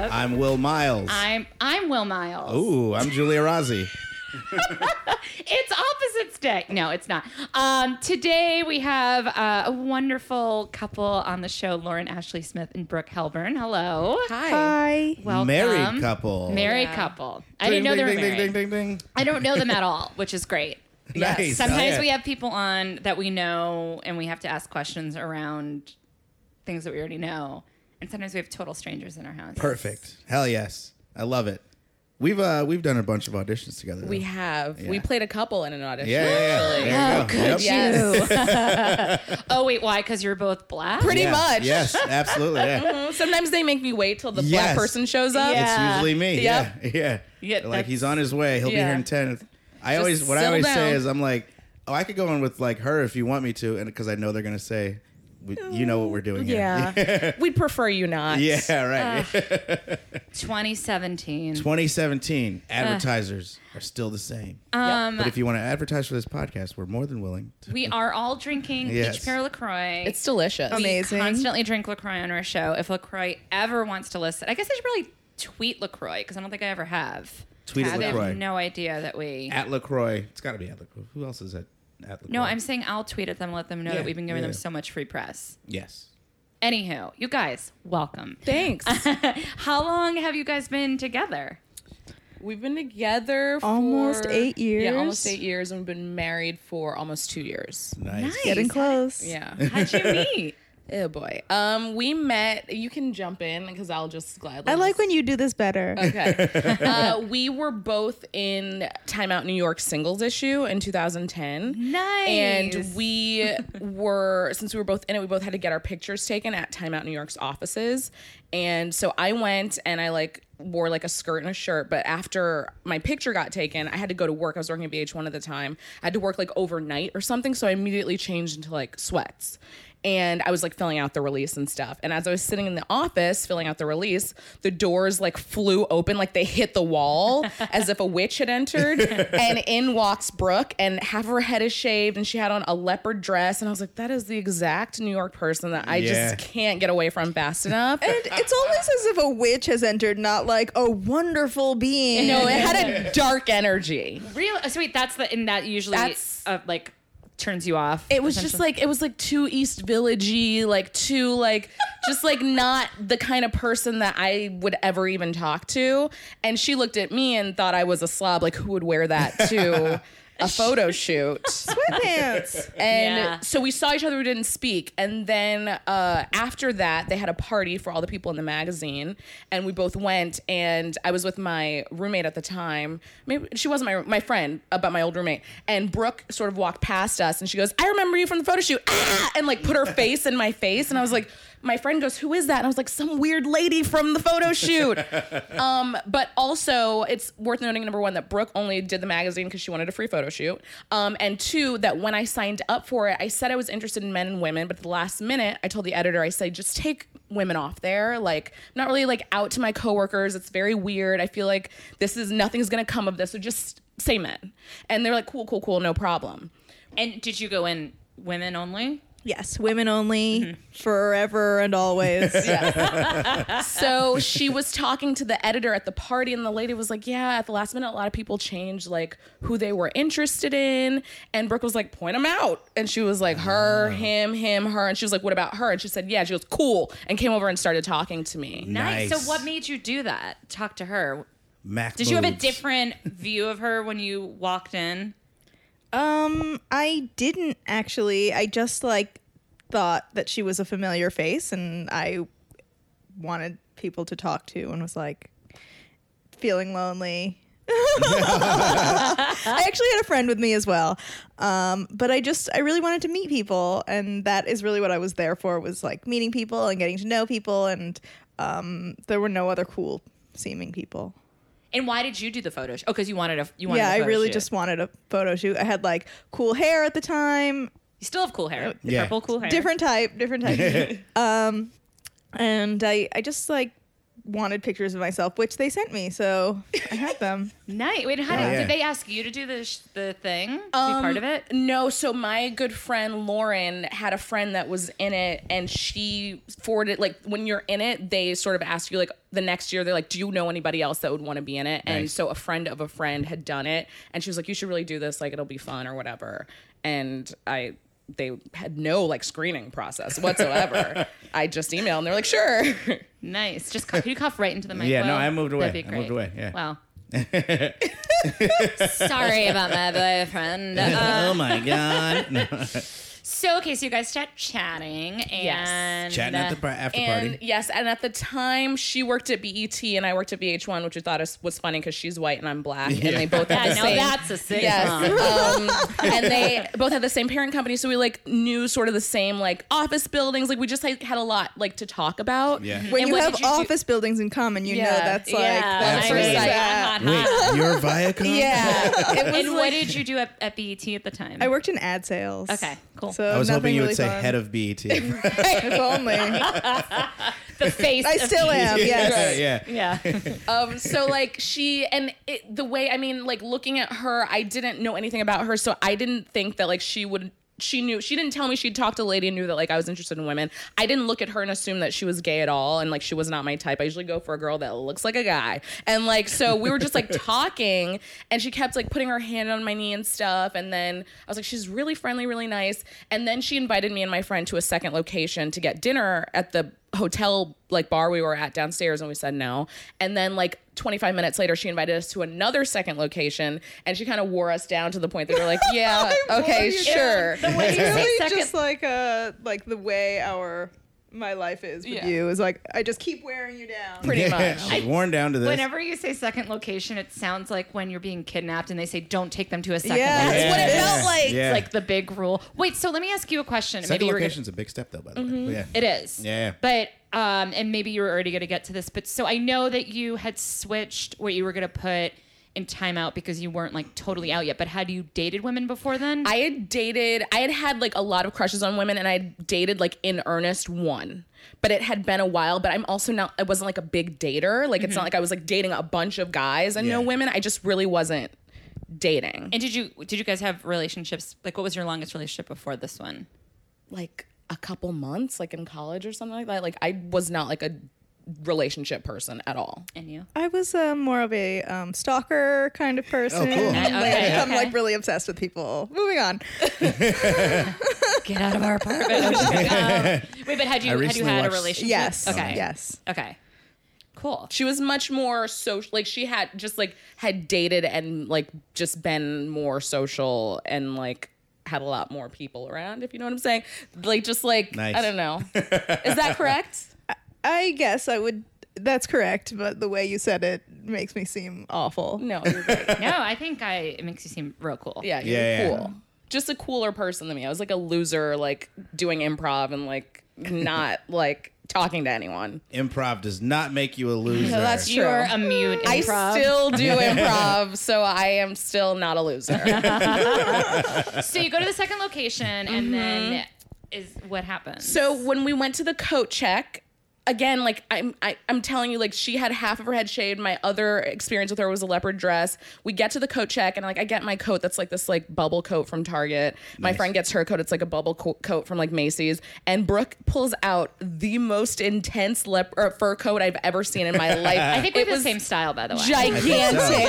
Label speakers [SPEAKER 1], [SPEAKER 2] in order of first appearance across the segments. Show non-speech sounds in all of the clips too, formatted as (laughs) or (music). [SPEAKER 1] Oh, I'm Will Miles.
[SPEAKER 2] I'm I'm Will Miles.
[SPEAKER 1] Ooh, I'm Julia Rossi.
[SPEAKER 2] It's opposites day. No, it's not. Um, today we have uh, a wonderful couple on the show, Lauren Ashley Smith and Brooke Helburn. Hello.
[SPEAKER 3] Hi.
[SPEAKER 4] Hi.
[SPEAKER 2] Welcome.
[SPEAKER 1] Married couple.
[SPEAKER 2] Married
[SPEAKER 3] Yeah.
[SPEAKER 2] couple. I didn't know they
[SPEAKER 1] ding,
[SPEAKER 2] were
[SPEAKER 1] ding,
[SPEAKER 2] married.
[SPEAKER 1] ding, ding, ding, ding.
[SPEAKER 2] I don't know them
[SPEAKER 1] (laughs)
[SPEAKER 2] at all, which is great.
[SPEAKER 1] Nice.
[SPEAKER 2] Yes. Sometimes
[SPEAKER 1] Okay.
[SPEAKER 2] we have people on that we know and we have to ask questions around things that we already know. And sometimes we have total strangers in our house.
[SPEAKER 1] Perfect. Hell yes. I love it. We've uh we've done a bunch of auditions together.
[SPEAKER 3] We
[SPEAKER 1] though.
[SPEAKER 3] have.
[SPEAKER 1] Yeah.
[SPEAKER 3] We played a couple in an audition.
[SPEAKER 1] Yeah, yeah,
[SPEAKER 3] actually.
[SPEAKER 1] yeah. There you
[SPEAKER 2] Oh, could
[SPEAKER 1] go. Yep.
[SPEAKER 3] Yes.
[SPEAKER 2] Oh, wait, why? Because you're both black?
[SPEAKER 3] Pretty
[SPEAKER 1] Yeah.
[SPEAKER 3] much.
[SPEAKER 1] Yes, absolutely.
[SPEAKER 3] (laughs)
[SPEAKER 1] Yeah.
[SPEAKER 3] Sometimes they make me wait till the
[SPEAKER 1] Yes.
[SPEAKER 3] black person shows up.
[SPEAKER 2] Yeah.
[SPEAKER 1] It's usually me.
[SPEAKER 3] Yep.
[SPEAKER 1] Yeah. (laughs) Yeah.
[SPEAKER 2] Yeah,
[SPEAKER 1] like he's
[SPEAKER 2] that's-
[SPEAKER 1] on his way. He'll be here
[SPEAKER 3] Yeah.
[SPEAKER 1] in 10. I
[SPEAKER 3] Just
[SPEAKER 1] always what I
[SPEAKER 3] settle
[SPEAKER 1] always say
[SPEAKER 3] down.
[SPEAKER 1] is I'm like, "Oh, I could go on with like her if you want me to and cuz I know they're going to say we, you know what we're doing here."
[SPEAKER 3] Yeah. We'd prefer you
[SPEAKER 1] (laughs)
[SPEAKER 3] not.
[SPEAKER 1] yeah, right. (laughs)
[SPEAKER 2] 2017.
[SPEAKER 1] 2017 advertisers are still the same.
[SPEAKER 2] um,
[SPEAKER 1] but if you want to advertise for this podcast, we're more than willing. To.
[SPEAKER 2] we are all drinking
[SPEAKER 1] Yes.
[SPEAKER 2] each pair of LaCroix.
[SPEAKER 3] It's delicious.
[SPEAKER 4] Amazing.
[SPEAKER 2] We constantly drink LaCroix on our show. If LaCroix ever wants to listen, I guess I should probably tweet LaCroix because I don't think I ever have.
[SPEAKER 1] Tweet at
[SPEAKER 2] They
[SPEAKER 1] LaCroix.
[SPEAKER 2] have no idea that we.
[SPEAKER 1] at LaCroix. It's got to be at LaCroix. Who else is at, at LaCroix?
[SPEAKER 2] no, I'm saying I'll tweet at them, let them know
[SPEAKER 1] Yeah,
[SPEAKER 2] that we've been giving
[SPEAKER 1] yeah.
[SPEAKER 2] them so much free press.
[SPEAKER 1] Yes.
[SPEAKER 2] Anywho, you guys, welcome.
[SPEAKER 4] (laughs)
[SPEAKER 3] Thanks.
[SPEAKER 2] (laughs) How long have you guys been together?
[SPEAKER 3] We've been together for
[SPEAKER 4] Almost eight
[SPEAKER 3] Yeah,
[SPEAKER 4] years.
[SPEAKER 3] almost eight years, and we've been married for almost two years.
[SPEAKER 1] Nice.
[SPEAKER 4] Getting
[SPEAKER 1] (laughs)
[SPEAKER 4] close.
[SPEAKER 3] Yeah.
[SPEAKER 2] How'd you meet?
[SPEAKER 3] oh boy. Um, we met. You can jump in because I'll just gladly.
[SPEAKER 4] I like when you do this better.
[SPEAKER 3] Okay.
[SPEAKER 4] (laughs)
[SPEAKER 3] uh, we were both in Time Out New York singles issue in 2010.
[SPEAKER 2] nice.
[SPEAKER 3] And we were, since we were both in it, we both had to get our pictures taken at Time Out New York's offices. And so I went and I like wore like a skirt and a shirt. But after my picture got taken, I had to go to work. I was working at VH1 at the time. I had to work like overnight or something. So I immediately changed into like sweats. And I was like filling out the release and stuff. And as I was sitting in the office filling out the release, the doors like flew open, like they hit the (laughs) wall as if a witch had entered. and in walks Brooke, and half of her head is shaved, and she had on a leopard dress. And I was like, that is the exact New York person that I
[SPEAKER 1] Yeah.
[SPEAKER 3] just can't get away from fast enough.
[SPEAKER 4] And it's always as if a witch has entered, not like a wonderful
[SPEAKER 3] (laughs)
[SPEAKER 4] being.
[SPEAKER 3] no, it had a dark energy.
[SPEAKER 2] Real oh, sweet. That's the and that usually
[SPEAKER 3] That's-
[SPEAKER 2] uh, like turns you off.
[SPEAKER 3] It was just like it was like too East Villagey, like too like just like not the kind of person that I would ever even talk to. And she looked at me and thought I was a slob. Like who would wear that to a photo shoot?
[SPEAKER 4] sweatpants.
[SPEAKER 3] (laughs) And
[SPEAKER 2] Yeah.
[SPEAKER 3] so we saw each other, we didn't speak. And then uh, after that, they had a party for all the people in the magazine. And we both went. And I was with my roommate at the time. Maybe she wasn't my, my friend, uh, but my old roommate. And Brooke sort of walked past us and she goes, I remember you from the photo shoot. Ah! And like put her face in my face. And I was like, my friend goes, Who is that? And I was like, Some weird lady from the photo shoot. But also, it's worth noting number one that Brooke only did the magazine because she wanted a free photo shoot, um, and two that when I signed up for it, I said I was interested in men and women, but at the last minute, I told the editor I said just take women off there. Like, I'm not really like out to my coworkers. It's very weird. I feel like this is nothing's gonna come of this. So just say men, and they're like cool, cool, cool, no problem.
[SPEAKER 2] And did you go in women only?
[SPEAKER 4] Yes, women only,
[SPEAKER 3] Mm-hmm.
[SPEAKER 4] forever
[SPEAKER 3] (laughs)
[SPEAKER 4] and always.
[SPEAKER 3] so she was talking to the editor at the party and the lady was like yeah at the last minute a lot of people changed like who they were interested in and brooke was like point them out and she was like her him him her and she was like what about her and she said yeah she goes cool and came over and started talking to me
[SPEAKER 2] Nice.
[SPEAKER 1] Nice.
[SPEAKER 2] So what made you do that? Talk to her.
[SPEAKER 1] Mac
[SPEAKER 2] Did you have a
[SPEAKER 1] moves.
[SPEAKER 2] different view of her when you walked in?
[SPEAKER 4] Um, I didn't actually. I just like thought that she was a familiar face and I wanted people to talk to and was like feeling lonely. I actually had a friend with me as well. Um, but I just I really wanted to meet people and that is really what I was there for was like meeting people and getting to know people and um, there were no other cool seeming people.
[SPEAKER 2] And why did you do the photo shoot? Oh, because you wanted a you wanted.
[SPEAKER 4] Yeah,
[SPEAKER 2] a
[SPEAKER 4] I
[SPEAKER 2] photo
[SPEAKER 4] really
[SPEAKER 2] shoot.
[SPEAKER 4] just wanted a photo shoot. I had like cool hair at the time.
[SPEAKER 2] You still have cool hair.
[SPEAKER 1] Yeah.
[SPEAKER 2] Purple cool hair.
[SPEAKER 1] (laughs)
[SPEAKER 4] different type different type um and i i just like wanted pictures of myself, which they sent me, so I have them.
[SPEAKER 2] Night. Wait, how
[SPEAKER 1] Yeah.
[SPEAKER 2] did,
[SPEAKER 1] Yeah.
[SPEAKER 2] did they ask you to do the sh- the thing? To be
[SPEAKER 4] Um,
[SPEAKER 2] part of it?
[SPEAKER 3] No, so my good friend Lauren had a friend that was in it, and she forwarded like when you're in it, they sort of ask you like the next year they're like, do you know anybody else that would want to be in it? And
[SPEAKER 1] Nice.
[SPEAKER 3] so a friend of a friend had done it, and she was like, you should really do this, like it'll be fun or whatever. And I. They had no like screening process whatsoever.
[SPEAKER 1] (laughs)
[SPEAKER 3] I just emailed and they were like, sure.
[SPEAKER 2] Nice. Just cough. You cough right into the mic.
[SPEAKER 1] Yeah, no,
[SPEAKER 2] Will?
[SPEAKER 1] I moved
[SPEAKER 2] That'd
[SPEAKER 1] away.
[SPEAKER 2] be
[SPEAKER 1] I moved
[SPEAKER 2] great.
[SPEAKER 1] away, yeah. (laughs)
[SPEAKER 2] Wow. Sorry about my boyfriend. Uh,
[SPEAKER 1] (laughs) oh my god! No.
[SPEAKER 2] so okay, so you guys start chatting and
[SPEAKER 1] Chatting at the par- after
[SPEAKER 3] and
[SPEAKER 1] party.
[SPEAKER 3] yes, and at the time she worked at BET and I worked at VH1, which I thought is- was funny because she's white and I'm black, and
[SPEAKER 1] Yeah.
[SPEAKER 3] they both had
[SPEAKER 2] Yeah,
[SPEAKER 3] the
[SPEAKER 2] now
[SPEAKER 3] same.
[SPEAKER 2] that's a sing (laughs) song.
[SPEAKER 3] Yes. um, and they both had the same parent company, so we like knew sort of the same like office buildings. Like we just like, had a lot like to talk about.
[SPEAKER 1] Yeah.
[SPEAKER 4] (laughs) When
[SPEAKER 3] And
[SPEAKER 4] you
[SPEAKER 3] what
[SPEAKER 4] have
[SPEAKER 3] did you do-
[SPEAKER 4] office buildings in common, you know
[SPEAKER 3] Yeah,
[SPEAKER 4] that's like
[SPEAKER 2] yeah,
[SPEAKER 4] that's
[SPEAKER 2] I
[SPEAKER 4] where
[SPEAKER 2] was
[SPEAKER 1] Absolutely.
[SPEAKER 4] it's
[SPEAKER 2] like,
[SPEAKER 4] at.
[SPEAKER 2] hot, hot,
[SPEAKER 1] Wait,
[SPEAKER 2] hot.
[SPEAKER 1] you're Viacom?
[SPEAKER 4] (laughs)
[SPEAKER 3] Yeah. It was
[SPEAKER 2] And (laughs)
[SPEAKER 3] like-
[SPEAKER 2] what did you do at, at BET at the time? (laughs)
[SPEAKER 4] I worked in ad sales.
[SPEAKER 2] Okay, cool.
[SPEAKER 4] So
[SPEAKER 1] I was hoping
[SPEAKER 4] nothing
[SPEAKER 1] you would
[SPEAKER 4] really
[SPEAKER 1] say
[SPEAKER 4] fun.
[SPEAKER 1] head of E BET. (laughs)
[SPEAKER 4] (laughs) if only. I
[SPEAKER 2] the face. of (laughs) E
[SPEAKER 4] still
[SPEAKER 2] BET.
[SPEAKER 4] am.
[SPEAKER 1] yeah, yeah.
[SPEAKER 4] Yes.
[SPEAKER 2] (laughs) Yeah.
[SPEAKER 3] um so like she and it, the way i mean like looking at her i didn't know anything about her so i didn't think that like she would she knew she didn't tell me she'd talked to a lady and knew that like i was interested in women i didn't look at her and assume that she was gay at all and like she was not my type i usually go for a girl that looks like a guy and like so we were just like talking and she kept like putting her hand on my knee and stuff and then i was like she's really friendly really nice and then she invited me and my friend to a second location to get dinner at the hotel like bar we were at downstairs and we said no and then like 25 minutes later she invited us to another second location and she kind of wore us down to the point that we are
[SPEAKER 4] (laughs)
[SPEAKER 3] like yeah
[SPEAKER 4] wore
[SPEAKER 3] okay
[SPEAKER 4] you
[SPEAKER 3] sure (laughs)
[SPEAKER 4] (laughs) It's really
[SPEAKER 2] second-
[SPEAKER 4] just like uh like the way our my life is with
[SPEAKER 3] Yeah.
[SPEAKER 4] you is like I just keep wearing you down.
[SPEAKER 3] pretty
[SPEAKER 1] Yeah,
[SPEAKER 3] much
[SPEAKER 1] she's worn down to this.
[SPEAKER 2] Whenever you say second location, it sounds like when you're being kidnapped and they say, don't take them to a second
[SPEAKER 4] Yeah.
[SPEAKER 2] location.
[SPEAKER 4] That's what it
[SPEAKER 1] Yeah.
[SPEAKER 4] felt like.
[SPEAKER 1] Yeah.
[SPEAKER 2] It's like the big rule. Wait, so let me ask you a question.
[SPEAKER 1] Second
[SPEAKER 2] you were
[SPEAKER 1] location's a big step, though. By the way, yeah.
[SPEAKER 2] gonna, it is.
[SPEAKER 1] Yeah.
[SPEAKER 2] But um, and maybe you were already going to get to this, but so I know that you had switched what you were going to put in timeout because you weren't like totally out yet. But had you dated women before then?
[SPEAKER 3] I had dated, I had had like a lot of crushes on women, and I had dated like in earnest one, but it had been a while. But I'm also not, I wasn't like a big dater. Like it's
[SPEAKER 4] Mm-hmm.
[SPEAKER 3] not like I was like dating a bunch of guys and no
[SPEAKER 1] Yeah.
[SPEAKER 3] women. I just really wasn't dating.
[SPEAKER 2] and did you did you guys have relationships? Like, what was your longest relationship before this one?
[SPEAKER 3] like a couple months, like in college or something like that. Like I was not like a relationship person at all.
[SPEAKER 2] And you?
[SPEAKER 4] I was uh, more of a um, stalker kind of person.
[SPEAKER 1] cool.
[SPEAKER 4] Like,
[SPEAKER 2] Okay,
[SPEAKER 4] I'm
[SPEAKER 2] okay.
[SPEAKER 4] like really obsessed with people. Moving on.
[SPEAKER 2] (laughs) Get out of our apartment. I'm just kidding. (laughs) Um, wait, but had you had you
[SPEAKER 1] recently
[SPEAKER 2] had a
[SPEAKER 1] watched-
[SPEAKER 2] relationship?
[SPEAKER 4] Yes.
[SPEAKER 2] Okay.
[SPEAKER 4] Yes.
[SPEAKER 2] Okay. Cool.
[SPEAKER 3] She was much more social. Like she had just like had dated and like just been more social and like had a lot more people around. If you know what I'm saying, like just like
[SPEAKER 1] Nice.
[SPEAKER 3] I
[SPEAKER 1] (laughs)
[SPEAKER 3] don't know. Is that correct?
[SPEAKER 4] I guess I would. That's correct, but the way you said it makes me seem awful.
[SPEAKER 3] No. You're right.
[SPEAKER 2] No, I think I. It makes you seem real cool.
[SPEAKER 3] Yeah. You're
[SPEAKER 1] Yeah, yeah.
[SPEAKER 3] cool. Just a cooler person than me. I was like a loser, like doing improv and like not like talking to anyone.
[SPEAKER 1] Improv does not make you a loser.
[SPEAKER 3] that's true.
[SPEAKER 2] You're a mute
[SPEAKER 3] I
[SPEAKER 2] improv.
[SPEAKER 1] (laughs)
[SPEAKER 3] still do improv, so I am still not a loser.
[SPEAKER 2] so you go to the second location, and then is what happens.
[SPEAKER 3] so when we went to the coat check, again, like I'm, I, I'm telling you, like she had half of her head shaved. My other experience with her was a leopard dress. We get to the coat check, and like I get my coat that's like this like bubble coat from Target. My friend gets her coat. It's like a bubble co- coat from like Macy's. And Brooke pulls out the most intense lep- or fur coat I've ever seen in my life.
[SPEAKER 2] I think we
[SPEAKER 3] it
[SPEAKER 2] have the
[SPEAKER 3] was
[SPEAKER 2] same style, by the way.
[SPEAKER 3] gigantic.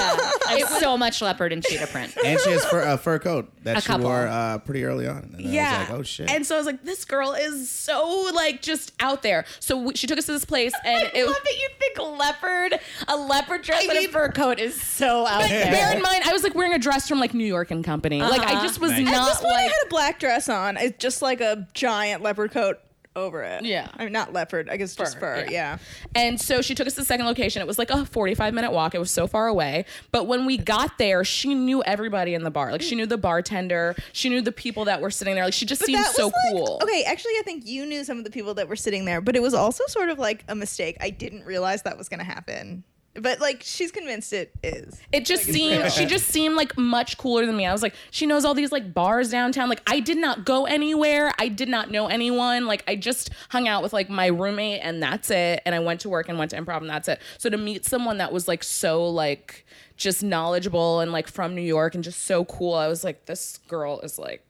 [SPEAKER 2] I have so much leopard and cheetah (laughs) print.
[SPEAKER 1] and she has fur, a fur coat that
[SPEAKER 2] A
[SPEAKER 1] she
[SPEAKER 2] couple.
[SPEAKER 1] wore uh, pretty early on. And then I was like, oh shit.
[SPEAKER 3] And so I was like, this girl is so like just out there. So we, she took us to
[SPEAKER 2] (laughs)
[SPEAKER 3] this place, and it.
[SPEAKER 2] that you think leopard, a leopard dress
[SPEAKER 3] and a mean-
[SPEAKER 2] fur coat is so out
[SPEAKER 3] Bear in mind, I was like wearing a dress from like New York and Company. Like I just was
[SPEAKER 1] Nice.
[SPEAKER 3] not
[SPEAKER 4] I just when I
[SPEAKER 3] like.
[SPEAKER 4] had a black dress on, it's just like a giant leopard coat over it.
[SPEAKER 3] Yeah.
[SPEAKER 4] I mean, not leopard. I guess just fur. Yeah.
[SPEAKER 3] And so she took us to the second location. It was like a 45 minute walk. It was so far away. But when we got there, she knew everybody in the bar. Like she knew the bartender. She knew the people that were sitting there. Like she just seemed so
[SPEAKER 4] like,
[SPEAKER 3] cool.
[SPEAKER 4] Okay, actually, I think you knew some of the people that were sitting there, but it was also sort of like a mistake. I didn't realize that was going to happen. But like she's convinced it is.
[SPEAKER 3] It just seemed she just seemed like much cooler than me. I was like, she knows all these like bars downtown. Like I did not go anywhere. I did not know anyone. Like I just hung out with like my roommate and that's it. And I went to work and went to improv and that's it. So to meet someone that was like so like just knowledgeable and like from New York and just so cool, I was like, this girl is like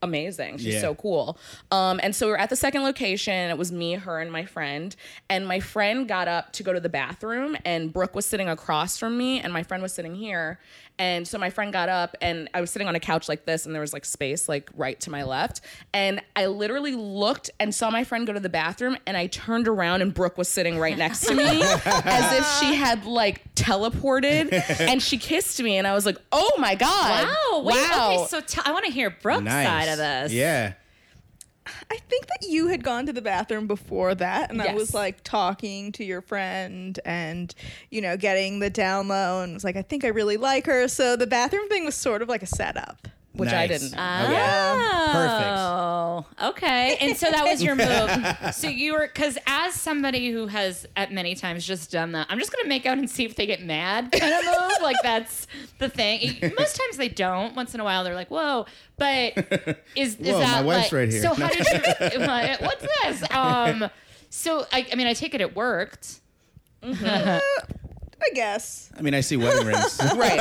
[SPEAKER 3] amazing. She's
[SPEAKER 1] Yeah.
[SPEAKER 3] so cool. Um, and so we were at the second location. It was me, her, and my friend. And my friend got up to go to the bathroom, and Brooke was sitting across from me, and my friend was sitting here. And so my friend got up, and I was sitting on a couch like this, and there was like space, like right to my left. And I literally looked and saw my friend go to the bathroom, and I turned around, and Brooke was sitting right
[SPEAKER 2] (laughs)
[SPEAKER 3] next to me, as if she had like teleported. And she kissed me, and I was like, "Oh my god!
[SPEAKER 2] Wow. Wait, Okay, so t- I want to hear Brooke's
[SPEAKER 1] Nice.
[SPEAKER 2] side of this.
[SPEAKER 1] Yeah.
[SPEAKER 4] I think that you had gone to the bathroom before that, and I
[SPEAKER 3] Yes.
[SPEAKER 4] was like talking to your friend and, you know, getting the down low, and was like, I think I really like her. So the bathroom thing was sort of like a setup.
[SPEAKER 3] Which I
[SPEAKER 1] Nice.
[SPEAKER 3] didn't know.
[SPEAKER 2] Oh, okay. And so that was your move. so you were, because as somebody who has at many times just done that, I'm just going to make out and see if they get mad kind of move. like that's the thing. Most times they don't. Once in a while they're like, whoa. But is, is
[SPEAKER 1] Whoa, my
[SPEAKER 2] that
[SPEAKER 1] wife's
[SPEAKER 2] like,
[SPEAKER 1] right here.
[SPEAKER 2] So how did you, my- what's this? Um, so I, I mean, I take it it worked.
[SPEAKER 4] I guess.
[SPEAKER 1] (laughs) I mean, I see
[SPEAKER 2] (laughs)
[SPEAKER 1] wedding rings.
[SPEAKER 3] Right.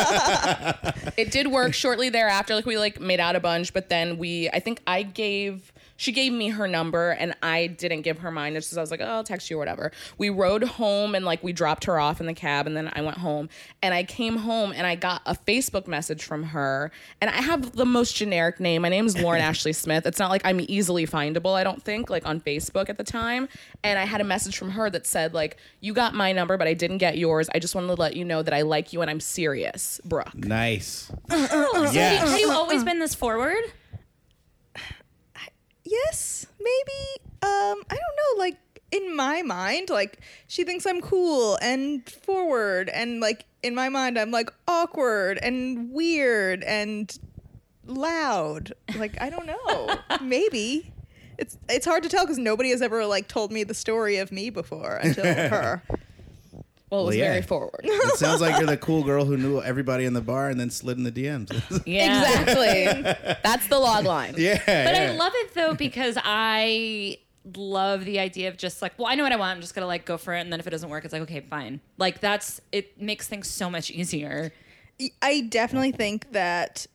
[SPEAKER 3] it did work shortly thereafter. Like we like made out a bunch, but then we I think I gave she gave me her number and I didn't give her mine. It's just I was like, oh, I'll text you or whatever. We rode home and like we dropped her off in the cab and then I went home and I came home and I got a Facebook message from her and I have the most generic name. My name is Lauren Ashley Smith. It's not like I'm easily findable, I don't think, like on Facebook at the time. And I had a message from her that said, like, you got my number, but I didn't get yours. I just wanted to let you know that I like you and I'm serious,
[SPEAKER 2] (laughs)
[SPEAKER 3] Brooke.
[SPEAKER 1] nice.
[SPEAKER 2] Have
[SPEAKER 1] yes.
[SPEAKER 2] you (laughs) always been this forward?
[SPEAKER 4] Yes, maybe. Um, I don't know. Like in my mind, like she thinks I'm cool and forward, and like in my mind, I'm like awkward and weird and loud. Like I don't know. maybe. It's, it's hard to tell because nobody has ever like told me the story of me before until her.
[SPEAKER 3] Well, it was
[SPEAKER 1] Well, yeah.
[SPEAKER 3] very forward. (laughs)
[SPEAKER 1] It sounds like you're the cool girl who knew everybody in the bar and then slid in the DMs.
[SPEAKER 3] Exactly. That's the log line.
[SPEAKER 1] (laughs) yeah.
[SPEAKER 2] But
[SPEAKER 1] yeah.
[SPEAKER 2] I love it though because I love the idea of just like, well, I know what I want. I'm just gonna like go for it, and then if it doesn't work, it's like okay, fine. Like that's it makes things so much easier.
[SPEAKER 4] I definitely think that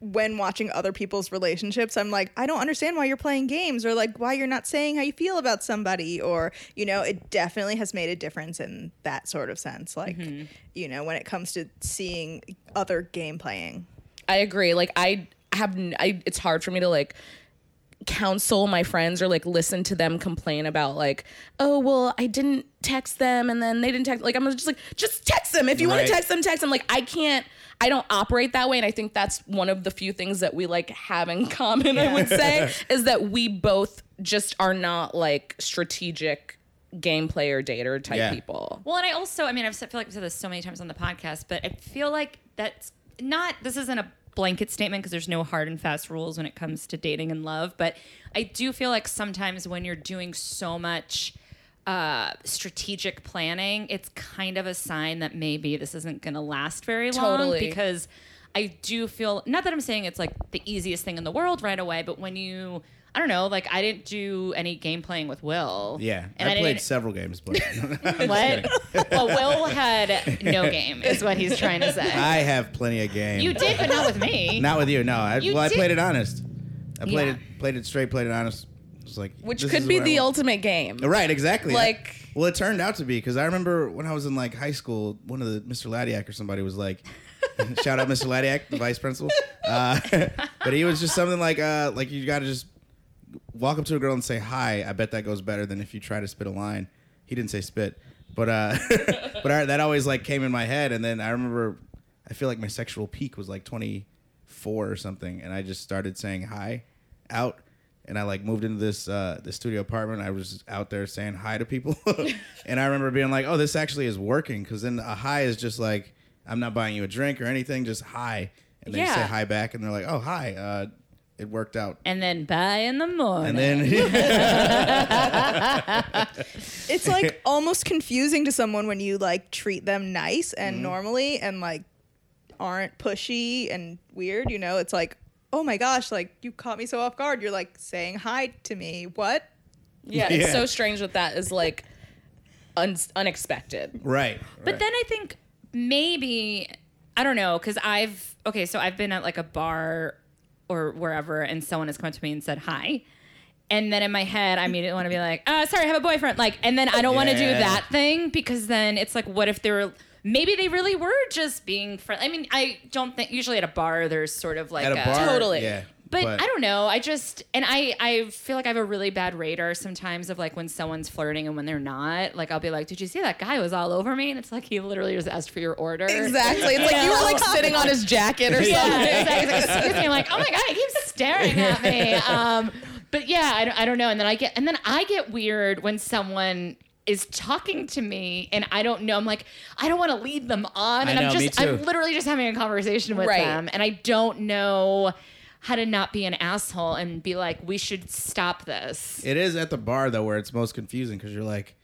[SPEAKER 4] when watching other people's relationships, I'm like, I don't understand why you're playing games or like why you're not saying how you feel about somebody. Or, you know, it definitely has made a difference in that sort of sense. Like, you know, when it comes to seeing other game playing.
[SPEAKER 3] I agree. Like I have, n I it's hard for me to like counsel my friends or like listen to them complain about like, oh well, I didn't text them and then they didn't text. Like I'm just like, just text them if you want
[SPEAKER 1] Right.
[SPEAKER 3] to text them. Text them. Like I can't. I don't operate that way, and I think that's one of the few things that we like have in (laughs) common. I would say is that we both just are not like strategic game player dater type
[SPEAKER 1] Yeah.
[SPEAKER 3] people.
[SPEAKER 2] Well, and I also, I mean, I've said, feel like I've said this so many times on the podcast, but I feel like that's not. This isn't a blanket statement because there's no hard and fast rules when it comes to dating and love. But I do feel like sometimes when you're doing so much uh, strategic planning, it's kind of a sign that maybe this isn't going to last very long
[SPEAKER 3] Totally.
[SPEAKER 2] because. I do feel not that I'm saying it's like the easiest thing in the world right away, but when you, I don't know, like I didn't do any game playing with Will.
[SPEAKER 1] Yeah.
[SPEAKER 2] and I,
[SPEAKER 1] I
[SPEAKER 2] didn't-
[SPEAKER 1] played several games, but (laughs)
[SPEAKER 2] what? (laughs) well, Will had no game, is what he's trying to say.
[SPEAKER 1] (laughs) I have plenty of games.
[SPEAKER 2] you did, but not with me.
[SPEAKER 1] (laughs) Not with you, no. I,
[SPEAKER 2] You
[SPEAKER 1] well,
[SPEAKER 2] did-
[SPEAKER 1] I played it honest. I played
[SPEAKER 2] Yeah.
[SPEAKER 1] it, played it straight, played it honest. It was like,
[SPEAKER 3] Which
[SPEAKER 1] this is
[SPEAKER 3] could be
[SPEAKER 1] what I
[SPEAKER 3] the
[SPEAKER 1] want.
[SPEAKER 3] ultimate game.
[SPEAKER 1] (laughs) Right, exactly.
[SPEAKER 3] Like-
[SPEAKER 1] well, it turned out to be because I remember when I was in like high school, one of the Mr. Ladiak or somebody was like, (laughs) shout out Mr. Ladiak, the vice principal. Uh, (laughs) but he was just something like, uh, like you got to just walk up to a girl and say hi. I bet that goes better than if you try to spit a line. He didn't say spit, but uh, (laughs) but I, that always like came in my head. And then I remember, I feel like my sexual peak was like 24 or something, and I just started saying hi out. And I like moved into this uh, this studio apartment. I was out there saying hi to people, (laughs) and I remember being like, "Oh, this actually is working." Because then a hi is just like, "I'm not buying you a drink or anything, just hi." And then you
[SPEAKER 3] Yeah.
[SPEAKER 1] say hi back, and they're like, "Oh, hi." Uh, it worked out.
[SPEAKER 2] and then bye in the
[SPEAKER 1] And
[SPEAKER 2] morning.
[SPEAKER 1] (laughs) then
[SPEAKER 4] It's like almost confusing to someone when you like treat them nice and normally and like aren't pushy and weird, you know? It's like, "Oh my gosh, like you caught me so off guard. You're like saying hi to me. What?"
[SPEAKER 3] Yeah, it's
[SPEAKER 1] Yeah.
[SPEAKER 3] so strange that that is like un- unexpected.
[SPEAKER 1] right.
[SPEAKER 2] But
[SPEAKER 1] right.
[SPEAKER 2] then I think maybe I don't know because I've okay, so I've been at like a bar or wherever, and someone has come up to me and said hi. And then in my head, I immediately want to be like, uh, sorry, I have a boyfriend. Like, and then I don't want to do
[SPEAKER 1] Yeah.
[SPEAKER 2] that thing because then it's like, what if they were, maybe they really were just being friendly. I mean, I don't think, usually at a bar, there's sort of like
[SPEAKER 1] at a bar,
[SPEAKER 3] Totally.
[SPEAKER 1] yeah.
[SPEAKER 2] but, I don't know. I just and I I feel like I have a really bad radar sometimes of like when someone's flirting and when they're not. Like I'll be like, "Did you see that guy was all over me?" And it's like he literally just asked for your order.
[SPEAKER 3] Exactly. It's
[SPEAKER 2] like you were, like,
[SPEAKER 3] sitting on his jacket or
[SPEAKER 2] Yeah.
[SPEAKER 3] (laughs)
[SPEAKER 2] exactly. It's like, Excuse me. I'm like, "Oh my god, he keeps staring at
[SPEAKER 1] (laughs)
[SPEAKER 2] me." Um, but yeah, I, don't- I don't know. And then I get and then I get weird when someone is talking to me and I don't know. I'm like, I don't want to lead them on,
[SPEAKER 1] I
[SPEAKER 2] and I'm
[SPEAKER 1] know, me
[SPEAKER 2] just I'm
[SPEAKER 1] too.
[SPEAKER 2] literally just having a conversation with
[SPEAKER 3] Right.
[SPEAKER 2] them, and I don't know how to not be an asshole and be like, we should stop this.
[SPEAKER 1] It is at the bar though where it's most confusing because you're like,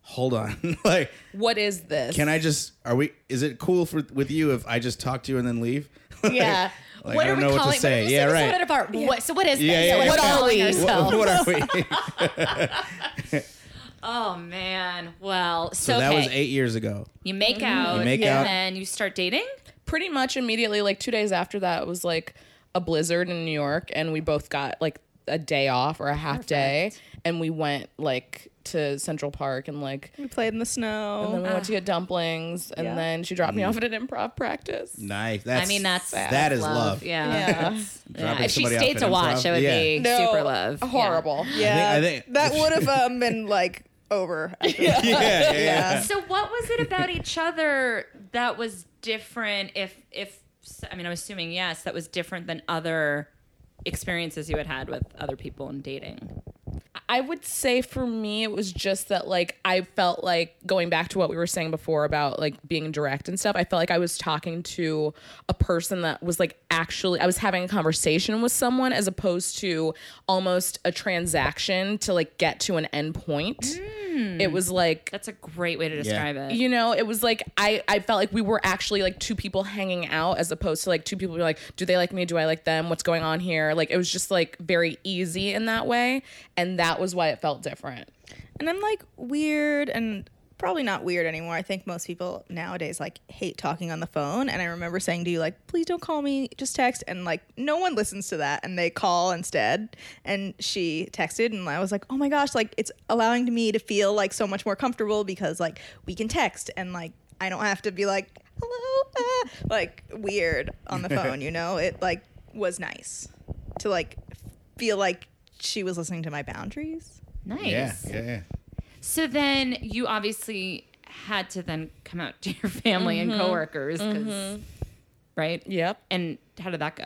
[SPEAKER 1] hold on, (laughs) like,
[SPEAKER 3] What is this?
[SPEAKER 1] can I just? Are we? Is it cool for with you if I just talk to you and then leave? (laughs) Like-
[SPEAKER 2] Yeah.
[SPEAKER 1] Like, I don't know what to
[SPEAKER 2] What did
[SPEAKER 1] say.
[SPEAKER 2] we
[SPEAKER 1] yeah,
[SPEAKER 2] say?
[SPEAKER 1] right.
[SPEAKER 2] Someone at a bar. What, so what is
[SPEAKER 1] Yeah,
[SPEAKER 2] this?
[SPEAKER 1] yeah,
[SPEAKER 2] What
[SPEAKER 1] yeah.
[SPEAKER 2] are we?
[SPEAKER 3] What are we?
[SPEAKER 1] what,
[SPEAKER 2] ourselves?
[SPEAKER 1] what are we?
[SPEAKER 2] Oh man. Well, so,
[SPEAKER 1] (laughs) so that was
[SPEAKER 2] okay.
[SPEAKER 1] eight years ago.
[SPEAKER 2] You make out,
[SPEAKER 1] Mm-hmm. You make
[SPEAKER 2] and
[SPEAKER 1] out.
[SPEAKER 2] then you start dating.
[SPEAKER 3] Pretty much immediately, like two days after that, it was like a blizzard in New York, and we both got like a day off or a half day, and we went like to Central Park and like.
[SPEAKER 4] We played in the
[SPEAKER 3] And then
[SPEAKER 4] snow.
[SPEAKER 3] we went to get dumplings, and
[SPEAKER 4] Oh, Yeah.
[SPEAKER 3] then she dropped me
[SPEAKER 1] Mm-hmm.
[SPEAKER 3] off at an improv practice.
[SPEAKER 1] Nice.
[SPEAKER 2] I
[SPEAKER 1] That's,
[SPEAKER 2] mean, that's
[SPEAKER 1] that is love.
[SPEAKER 2] Yeah.
[SPEAKER 4] Yeah.
[SPEAKER 1] Dropping
[SPEAKER 2] If she
[SPEAKER 1] somebody off
[SPEAKER 2] stayed
[SPEAKER 1] at
[SPEAKER 2] to
[SPEAKER 1] improv,
[SPEAKER 2] watch, it would
[SPEAKER 1] yeah.
[SPEAKER 2] be
[SPEAKER 3] No,
[SPEAKER 2] super love. Yeah.
[SPEAKER 3] Horrible.
[SPEAKER 4] Yeah.
[SPEAKER 1] I think-
[SPEAKER 4] that would have um, been like over. (laughs) yeah.
[SPEAKER 1] (laughs) Yeah, yeah.
[SPEAKER 2] So what was it about each other that was different? If if I mean, I'm assuming yes, that was different than other experiences you had had with other people in dating.
[SPEAKER 3] I would say for me, it was just that like I felt like going back to what we were saying before about like being direct and stuff. I felt like I was talking to a person that was like actually I was having a conversation with someone as opposed to almost a transaction to like get to an end point. It was like
[SPEAKER 2] That's a great way to describe it.
[SPEAKER 3] you know it was like I, I felt like we were actually like two people hanging out as opposed to like two people being like do they like me do i like them what's going on here like it was just like very easy in that way and that was why it felt different
[SPEAKER 4] And I'm like weird and probably not weird anymore. I think most people nowadays like hate talking on the phone. And I remember saying to you, like, please don't call me, just text. And like, no one listens to that. And they call instead. And she texted. And I was like, oh my gosh, like, it's allowing me to feel like so much more comfortable because like we can text and like I don't have to be like, hello, ah, like weird on the phone, you know? It like was nice to like feel like she was listening to my boundaries.
[SPEAKER 2] Nice.
[SPEAKER 1] Yeah, yeah, yeah.
[SPEAKER 2] So then you obviously had to then come out to your family
[SPEAKER 3] Mm-hmm.
[SPEAKER 2] and coworkers, 'cause- right?
[SPEAKER 3] yep
[SPEAKER 2] And how did that go?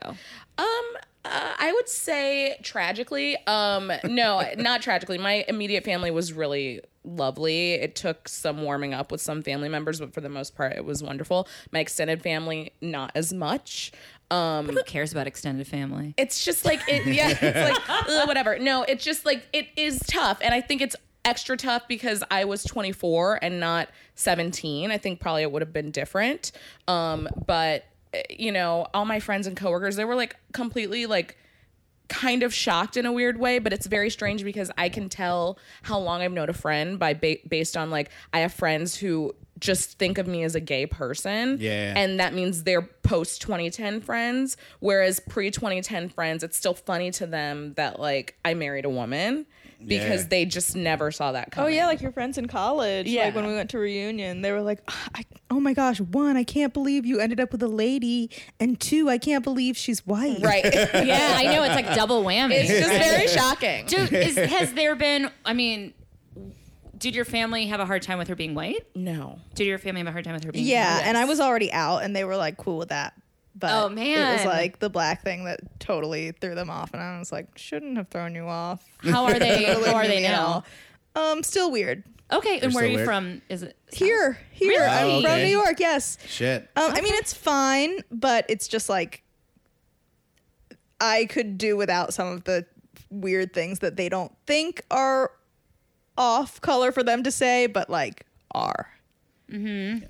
[SPEAKER 3] Um, uh, I would say tragically. Um, no, (laughs) not tragically. My immediate family was really lovely. It took some warming up with some family members, but for the most part, it was wonderful. My extended family, not as much. Um,
[SPEAKER 2] Who cares about extended family?
[SPEAKER 3] it's just like it yeah it's like ugh, whatever no it's just like it is tough and i think it's extra tough because i was 24 and not 17 i think probably it would have been different um but eh, you know all my friends and coworkers they were like completely like kind of shocked in a weird way but it's very strange because i can tell how long i've known a friend by ba- based on like i have friends who just think of me as a gay person
[SPEAKER 1] Yeah.
[SPEAKER 3] and that means they're post 2010 friends whereas pre 2010 friends it's still funny to them that like i married a woman because
[SPEAKER 1] Yeah.
[SPEAKER 3] they just never saw that
[SPEAKER 4] Oh
[SPEAKER 3] coming
[SPEAKER 4] yeah, like your friends in college.
[SPEAKER 3] Yeah.
[SPEAKER 4] Like when we went to reunion, they were like, "Ah, I, "Oh my gosh, one, I can't believe you ended up with a lady, and two, I can't believe she's
[SPEAKER 3] (laughs)
[SPEAKER 4] white."
[SPEAKER 3] right yeah
[SPEAKER 2] Yeah, I know it's like double whammy. (laughs)
[SPEAKER 3] it's
[SPEAKER 1] (laughs)
[SPEAKER 3] just very shocking
[SPEAKER 2] Do, is, has there been? I mean, did your family have a hard time with her being white?
[SPEAKER 3] no
[SPEAKER 2] Did your family have a hard time with her being?
[SPEAKER 4] Yeah,
[SPEAKER 2] White?
[SPEAKER 4] and I was already out, and they were like cool with that. But
[SPEAKER 2] Oh,
[SPEAKER 4] it was
[SPEAKER 2] man.
[SPEAKER 4] like the black thing that totally threw them off, and I was like, shouldn't have thrown you (laughs) off.
[SPEAKER 2] How are (laughs) they?
[SPEAKER 4] Totally
[SPEAKER 2] how are
[SPEAKER 4] threw
[SPEAKER 2] they
[SPEAKER 4] me
[SPEAKER 2] now?
[SPEAKER 4] off. Um, still weird.
[SPEAKER 2] Okay, and where
[SPEAKER 1] so
[SPEAKER 2] are you
[SPEAKER 1] weird.
[SPEAKER 2] from? Is it
[SPEAKER 4] Here, here,
[SPEAKER 2] Really?
[SPEAKER 4] I'm
[SPEAKER 2] Oh,
[SPEAKER 4] from
[SPEAKER 1] okay.
[SPEAKER 4] New York. Yes.
[SPEAKER 1] Shit.
[SPEAKER 4] Um, I mean, it's fine, but it's just like I could do without some of the weird things that they don't think are off color for them to say, but like are.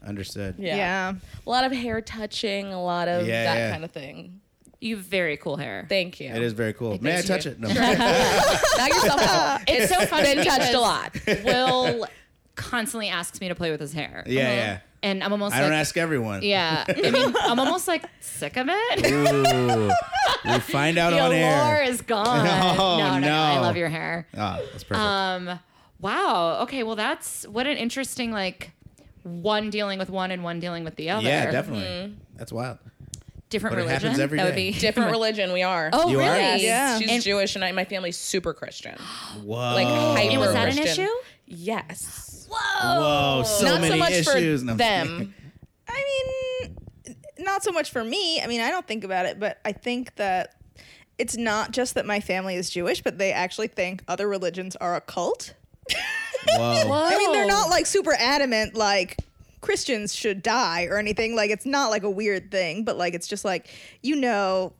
[SPEAKER 1] Understood.
[SPEAKER 3] Yeah. A lot of hair touching, a lot of
[SPEAKER 1] Yeah,
[SPEAKER 3] that
[SPEAKER 1] yeah.
[SPEAKER 3] kind of thing.
[SPEAKER 2] You have very cool hair.
[SPEAKER 3] Thank you.
[SPEAKER 1] It is very cool. May I
[SPEAKER 2] thanks
[SPEAKER 1] touch
[SPEAKER 2] you.
[SPEAKER 1] it?
[SPEAKER 2] (laughs)
[SPEAKER 1] No.
[SPEAKER 3] Knock yourself out.
[SPEAKER 2] It's so funny.
[SPEAKER 3] Been touched a lot.
[SPEAKER 2] (laughs) Will constantly asks me to play with his hair.
[SPEAKER 1] Yeah, yeah.
[SPEAKER 2] And I'm almost
[SPEAKER 1] I
[SPEAKER 2] like,
[SPEAKER 1] don't ask
[SPEAKER 2] (laughs)
[SPEAKER 1] everyone.
[SPEAKER 2] yeah. I mean,
[SPEAKER 1] (laughs)
[SPEAKER 2] I'm almost like sick of it. (laughs)
[SPEAKER 1] Ooh. we find out
[SPEAKER 2] The
[SPEAKER 1] on
[SPEAKER 2] allure
[SPEAKER 1] air.
[SPEAKER 2] is gone.
[SPEAKER 1] (laughs) Oh,
[SPEAKER 2] no, no, no. I
[SPEAKER 1] no.
[SPEAKER 2] love your hair.
[SPEAKER 1] Ah, that's perfect.
[SPEAKER 2] Um, wow. Okay. Well, that's what an interesting like one dealing with one and one dealing with the other.
[SPEAKER 1] yeah, definitely.
[SPEAKER 2] Mm-hmm.
[SPEAKER 1] That's wild.
[SPEAKER 2] Different
[SPEAKER 1] But it
[SPEAKER 2] religion.
[SPEAKER 1] happens every
[SPEAKER 2] that would
[SPEAKER 1] day.
[SPEAKER 2] be
[SPEAKER 3] Different religion, we are.
[SPEAKER 2] Oh,
[SPEAKER 1] (laughs) You are?
[SPEAKER 2] really?
[SPEAKER 4] Yeah.
[SPEAKER 3] She's
[SPEAKER 2] And-
[SPEAKER 3] Jewish, and I, my family's super Christian.
[SPEAKER 1] Whoa.
[SPEAKER 3] Like, hyper
[SPEAKER 1] Oh,
[SPEAKER 2] And was that an
[SPEAKER 3] Christian.
[SPEAKER 2] issue?
[SPEAKER 3] Yes.
[SPEAKER 1] Whoa, so
[SPEAKER 3] Not
[SPEAKER 1] many
[SPEAKER 3] so much
[SPEAKER 1] issues.
[SPEAKER 3] for
[SPEAKER 1] No. (laughs)
[SPEAKER 3] them.
[SPEAKER 4] I mean, not so much for me. I mean, I don't think about it, but I think that it's not just that my family is Jewish, but they actually think other religions are a cult.
[SPEAKER 2] (laughs)
[SPEAKER 1] Whoa.
[SPEAKER 4] I mean, they're
[SPEAKER 2] Oh.
[SPEAKER 4] not like super adamant, like Christians should die or anything. Like, it's not like a weird thing, but like, it's just like, you know,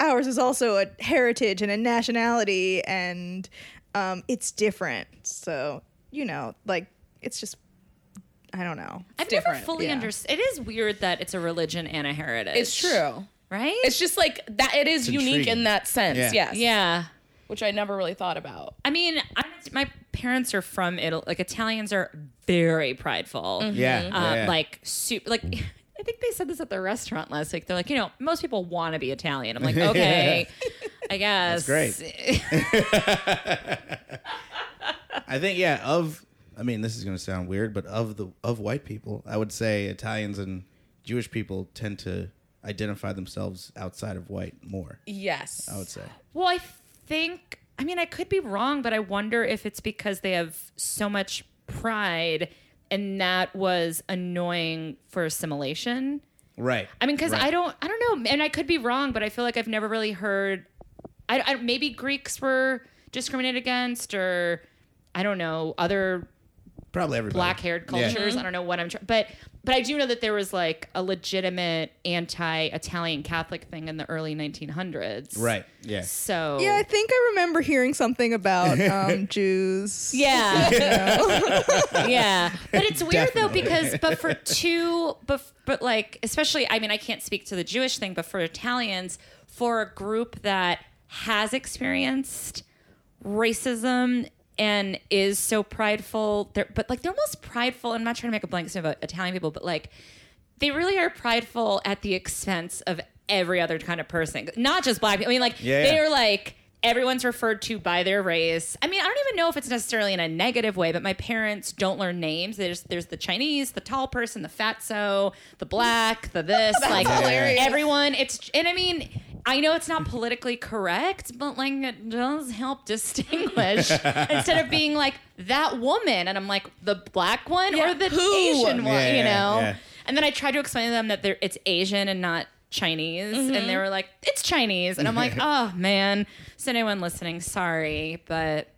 [SPEAKER 4] ours is also a heritage and a nationality, and um, it's different. So, you know, like, it's just, I don't know.
[SPEAKER 2] I've never
[SPEAKER 3] different,
[SPEAKER 2] fully
[SPEAKER 3] yeah.
[SPEAKER 2] understood. It is weird that it's a religion and a heritage.
[SPEAKER 3] It's true.
[SPEAKER 2] right?
[SPEAKER 3] It's just like that. It is
[SPEAKER 1] It's
[SPEAKER 3] unique
[SPEAKER 1] intriguing.
[SPEAKER 3] in that sense.
[SPEAKER 1] Yeah.
[SPEAKER 3] Yes.
[SPEAKER 2] yeah.
[SPEAKER 3] Which I never really thought about.
[SPEAKER 2] I mean, I'm, my parents are from Italy. Like Italians are very prideful.
[SPEAKER 3] Mm-hmm.
[SPEAKER 1] Yeah,
[SPEAKER 2] Uh,
[SPEAKER 1] yeah, yeah.
[SPEAKER 2] Like super. Like (laughs) I think they said this at the restaurant last week. They're like, you know, most people want to be Italian. I'm
[SPEAKER 1] (laughs)
[SPEAKER 2] like, okay, I guess.
[SPEAKER 1] That's
[SPEAKER 2] great.
[SPEAKER 1] I think yeah. Of I mean, this is going to sound weird, but of the of white people, I would say Italians and Jewish people tend to identify themselves outside of white more.
[SPEAKER 3] Yes.
[SPEAKER 1] I would say.
[SPEAKER 2] Well, I think, I mean, I could be wrong, but I wonder if it's because they have so much pride and that was annoying for assimilation.
[SPEAKER 1] Right.
[SPEAKER 2] I mean, because I don't, I don't know, and I could be wrong, but I feel like I've never really heard. I, I maybe Greeks were discriminated against, or I don't know other
[SPEAKER 1] probably everybody
[SPEAKER 2] black-haired
[SPEAKER 1] Yeah.
[SPEAKER 2] cultures. I don't know what I'm, tr- but but I do know that there was like a legitimate anti-Italian Catholic thing in the early 1900s.
[SPEAKER 1] Right. Yeah.
[SPEAKER 2] So
[SPEAKER 4] Yeah, I think I remember hearing something about um, Jews.
[SPEAKER 1] (laughs)
[SPEAKER 3] (laughs)
[SPEAKER 2] Yeah. yeah. But it's weird though
[SPEAKER 1] Definitely.
[SPEAKER 2] because but for two but, but like especially I mean I can't speak to the Jewish thing but for Italians for a group that has experienced racism and is so prideful they're, but like they're most prideful and I'm not trying to make a blanket statement about Italian people but like they really are prideful at the expense of every other kind of person not just black people I mean like
[SPEAKER 1] Yeah, yeah.
[SPEAKER 2] they are like everyone's referred to by their race. I mean, I don't even know if it's necessarily in a negative way, but my parents don't learn names. There's there's the Chinese, the tall person, the fatso, the black, the
[SPEAKER 1] (laughs)
[SPEAKER 2] this, like
[SPEAKER 1] hilarious.
[SPEAKER 2] everyone. It's and I mean, I know it's not politically correct, but like it does help
[SPEAKER 1] (laughs)
[SPEAKER 2] distinguish instead of being like that woman and I'm like the black one or the
[SPEAKER 3] who?
[SPEAKER 2] Asian one,
[SPEAKER 1] Yeah,
[SPEAKER 2] you know.
[SPEAKER 1] yeah.
[SPEAKER 2] And then I tried to explain to them that they're, it's Asian and not Chinese.
[SPEAKER 3] Mm-hmm.
[SPEAKER 2] And they were like, it's Chinese. And I'm
[SPEAKER 1] (laughs)
[SPEAKER 2] like, oh, man. So, anyone listening, sorry, but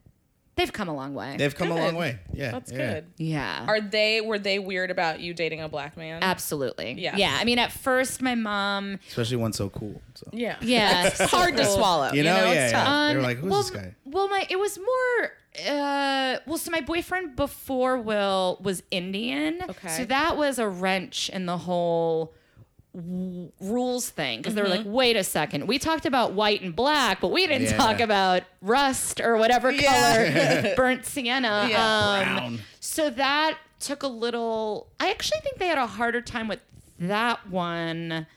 [SPEAKER 2] they've come a long way.
[SPEAKER 1] They've come a long way. Yeah.
[SPEAKER 3] That's
[SPEAKER 1] yeah.
[SPEAKER 3] good.
[SPEAKER 2] yeah.
[SPEAKER 3] Are they? Were they weird about you dating a black man?
[SPEAKER 2] Uh, Absolutely.
[SPEAKER 3] Yeah.
[SPEAKER 2] Yeah. I mean, at first, my
[SPEAKER 1] (laughs)
[SPEAKER 2] mom,
[SPEAKER 1] Especially one so cool. So.
[SPEAKER 3] yeah.
[SPEAKER 2] yeah.
[SPEAKER 3] It's hard to swallow.
[SPEAKER 1] You know,
[SPEAKER 3] Uh,
[SPEAKER 1] yeah,
[SPEAKER 3] it's tough.
[SPEAKER 1] yeah. They were
[SPEAKER 2] Um,
[SPEAKER 1] like, "Who's
[SPEAKER 2] well,
[SPEAKER 1] this guy?"
[SPEAKER 2] Well, my it was more. Uh, well, so my boyfriend before Will was Indian,
[SPEAKER 3] Okay.
[SPEAKER 2] so that was a wrench in the whole w- rules thing because they were like,
[SPEAKER 3] Mm-hmm.
[SPEAKER 2] "Wait a second, we talked about white and black, but we didn't
[SPEAKER 1] Yeah.
[SPEAKER 2] talk about rust or whatever
[SPEAKER 1] (laughs)
[SPEAKER 2] color burnt sienna."
[SPEAKER 3] Yeah.
[SPEAKER 2] Um,
[SPEAKER 1] Brown.
[SPEAKER 2] so that took a little. I actually think they had a harder time with that one,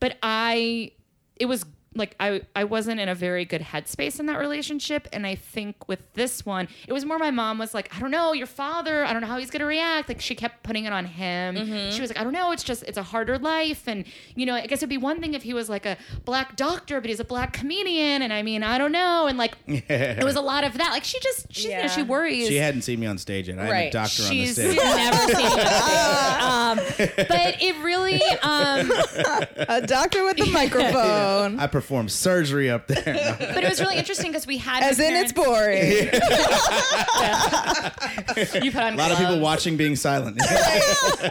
[SPEAKER 2] but I, it was like I I wasn't in a very good headspace in that relationship, and I think with this one, it was more my mom was like, I don't know, your father, I don't know how he's gonna react. Like she kept putting it on him. She was like, I don't know, it's just it's a harder life, and you know, I guess it'd be one thing if he was like a black doctor, but he's a black comedian, and I mean, I don't know, and like it was a lot of that. Like she just she you
[SPEAKER 3] Yeah.
[SPEAKER 2] know, she worries.
[SPEAKER 1] She hadn't seen me on stage yet. I am a
[SPEAKER 3] Right.
[SPEAKER 1] doctor
[SPEAKER 2] She's
[SPEAKER 1] on the stage.
[SPEAKER 2] never seen
[SPEAKER 4] (laughs)
[SPEAKER 2] it. Um, but it really, um,
[SPEAKER 4] A doctor with a microphone.
[SPEAKER 1] I performed surgery up there. No.
[SPEAKER 2] but it was really interesting because we had
[SPEAKER 4] As
[SPEAKER 2] my
[SPEAKER 4] in, it's
[SPEAKER 2] parents-
[SPEAKER 4] boring.
[SPEAKER 2] You put on
[SPEAKER 1] a lot of
[SPEAKER 3] Um,
[SPEAKER 1] people watching being silent. (laughs)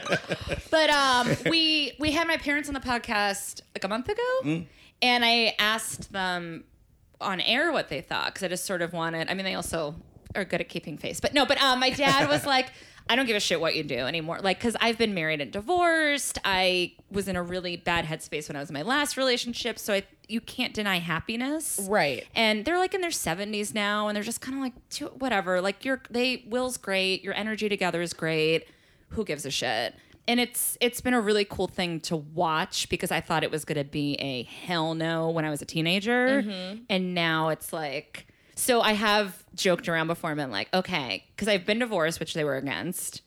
[SPEAKER 2] But um, we we had my parents on the podcast a like a month ago,
[SPEAKER 1] Mm.
[SPEAKER 2] and I asked them on air what they thought because I just sort of wanted. I mean, they also are good at keeping face, but no. But um, my dad
[SPEAKER 1] (laughs)
[SPEAKER 2] was like, "I don't give a shit what you do anymore," like because I've been married and divorced. I was in a really bad headspace when I was in my last relationship, so I you can't deny happiness,
[SPEAKER 3] Right.
[SPEAKER 2] and they're like in their 70s now and they're just kind of like "Do- whatever like your they will's great your energy together is great who gives a shit and it's it's been a really cool thing to watch because i thought it was going to be a hell no when i was a teenager and now it's like so i have joked around before and been like okay because i've been divorced which they were against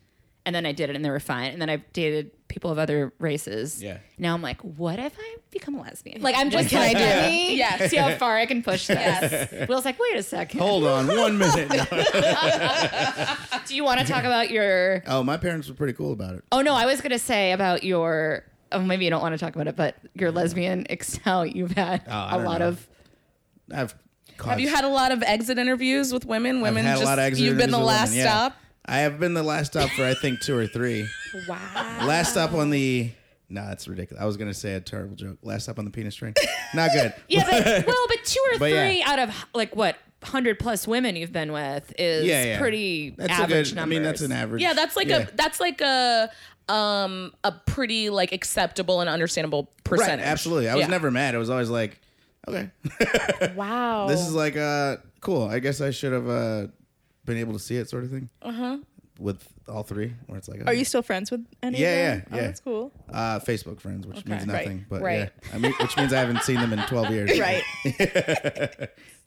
[SPEAKER 2] and then I did it, and they were fine. And then I've dated people of other races.
[SPEAKER 1] Yeah.
[SPEAKER 2] Now I'm like, what if I become a lesbian? Like I'm just like,
[SPEAKER 3] do?
[SPEAKER 2] let me
[SPEAKER 3] Yes.
[SPEAKER 2] see how far I can push this. Will's like, wait a second.
[SPEAKER 1] Hold on one
[SPEAKER 3] (laughs)
[SPEAKER 1] minute. No.
[SPEAKER 2] Do you want to talk about your?
[SPEAKER 1] Oh, my parents were pretty cool about it.
[SPEAKER 2] Oh no, I was gonna say about your. Oh, maybe you don't want to talk about it, but your lesbian excel you've had
[SPEAKER 1] Oh, I
[SPEAKER 2] a
[SPEAKER 1] don't
[SPEAKER 2] lot
[SPEAKER 1] know.
[SPEAKER 2] of. (laughs)
[SPEAKER 1] I've
[SPEAKER 3] Have you had a lot of exit interviews with women?
[SPEAKER 1] I've
[SPEAKER 3] Women
[SPEAKER 1] had
[SPEAKER 3] just
[SPEAKER 1] a lot of exit
[SPEAKER 3] you've been
[SPEAKER 1] interviews
[SPEAKER 3] the
[SPEAKER 1] with
[SPEAKER 3] last
[SPEAKER 1] women, yeah.
[SPEAKER 3] stop.
[SPEAKER 1] I have been the last stop for I think two or three.
[SPEAKER 3] (laughs) Wow.
[SPEAKER 1] Last stop on the. No, that's ridiculous. I was gonna say a terrible joke. Last stop on the penis string. Not
[SPEAKER 3] (laughs)
[SPEAKER 1] good.
[SPEAKER 2] Yeah,
[SPEAKER 1] (laughs)
[SPEAKER 2] but well, but two or
[SPEAKER 1] But yeah.
[SPEAKER 2] three out of like what hundred plus women you've been with is
[SPEAKER 1] Yeah, yeah.
[SPEAKER 2] pretty
[SPEAKER 1] That's
[SPEAKER 2] average
[SPEAKER 1] a
[SPEAKER 2] numbers.
[SPEAKER 1] good. I mean, that's an average.
[SPEAKER 3] Yeah, that's like a that's like a um a pretty like acceptable and understandable
[SPEAKER 1] right.
[SPEAKER 3] percentage.
[SPEAKER 1] Absolutely. I was
[SPEAKER 3] Yeah.
[SPEAKER 1] never mad. I was always like, okay, (laughs)
[SPEAKER 3] Wow.
[SPEAKER 1] this is like uh cool. I guess I should have uh been able to see it, sort of thing. Uh huh. With all three, where it's like,
[SPEAKER 4] Are you still friends with any
[SPEAKER 1] Yeah,
[SPEAKER 4] of them?
[SPEAKER 1] yeah,
[SPEAKER 4] oh,
[SPEAKER 1] yeah.
[SPEAKER 4] that's cool.
[SPEAKER 1] uh, Facebook friends, which means
[SPEAKER 3] Right.
[SPEAKER 1] nothing, but
[SPEAKER 3] Right.
[SPEAKER 1] yeah, I mean, which means I haven't seen them in twelve years.
[SPEAKER 4] Right.
[SPEAKER 1] (laughs)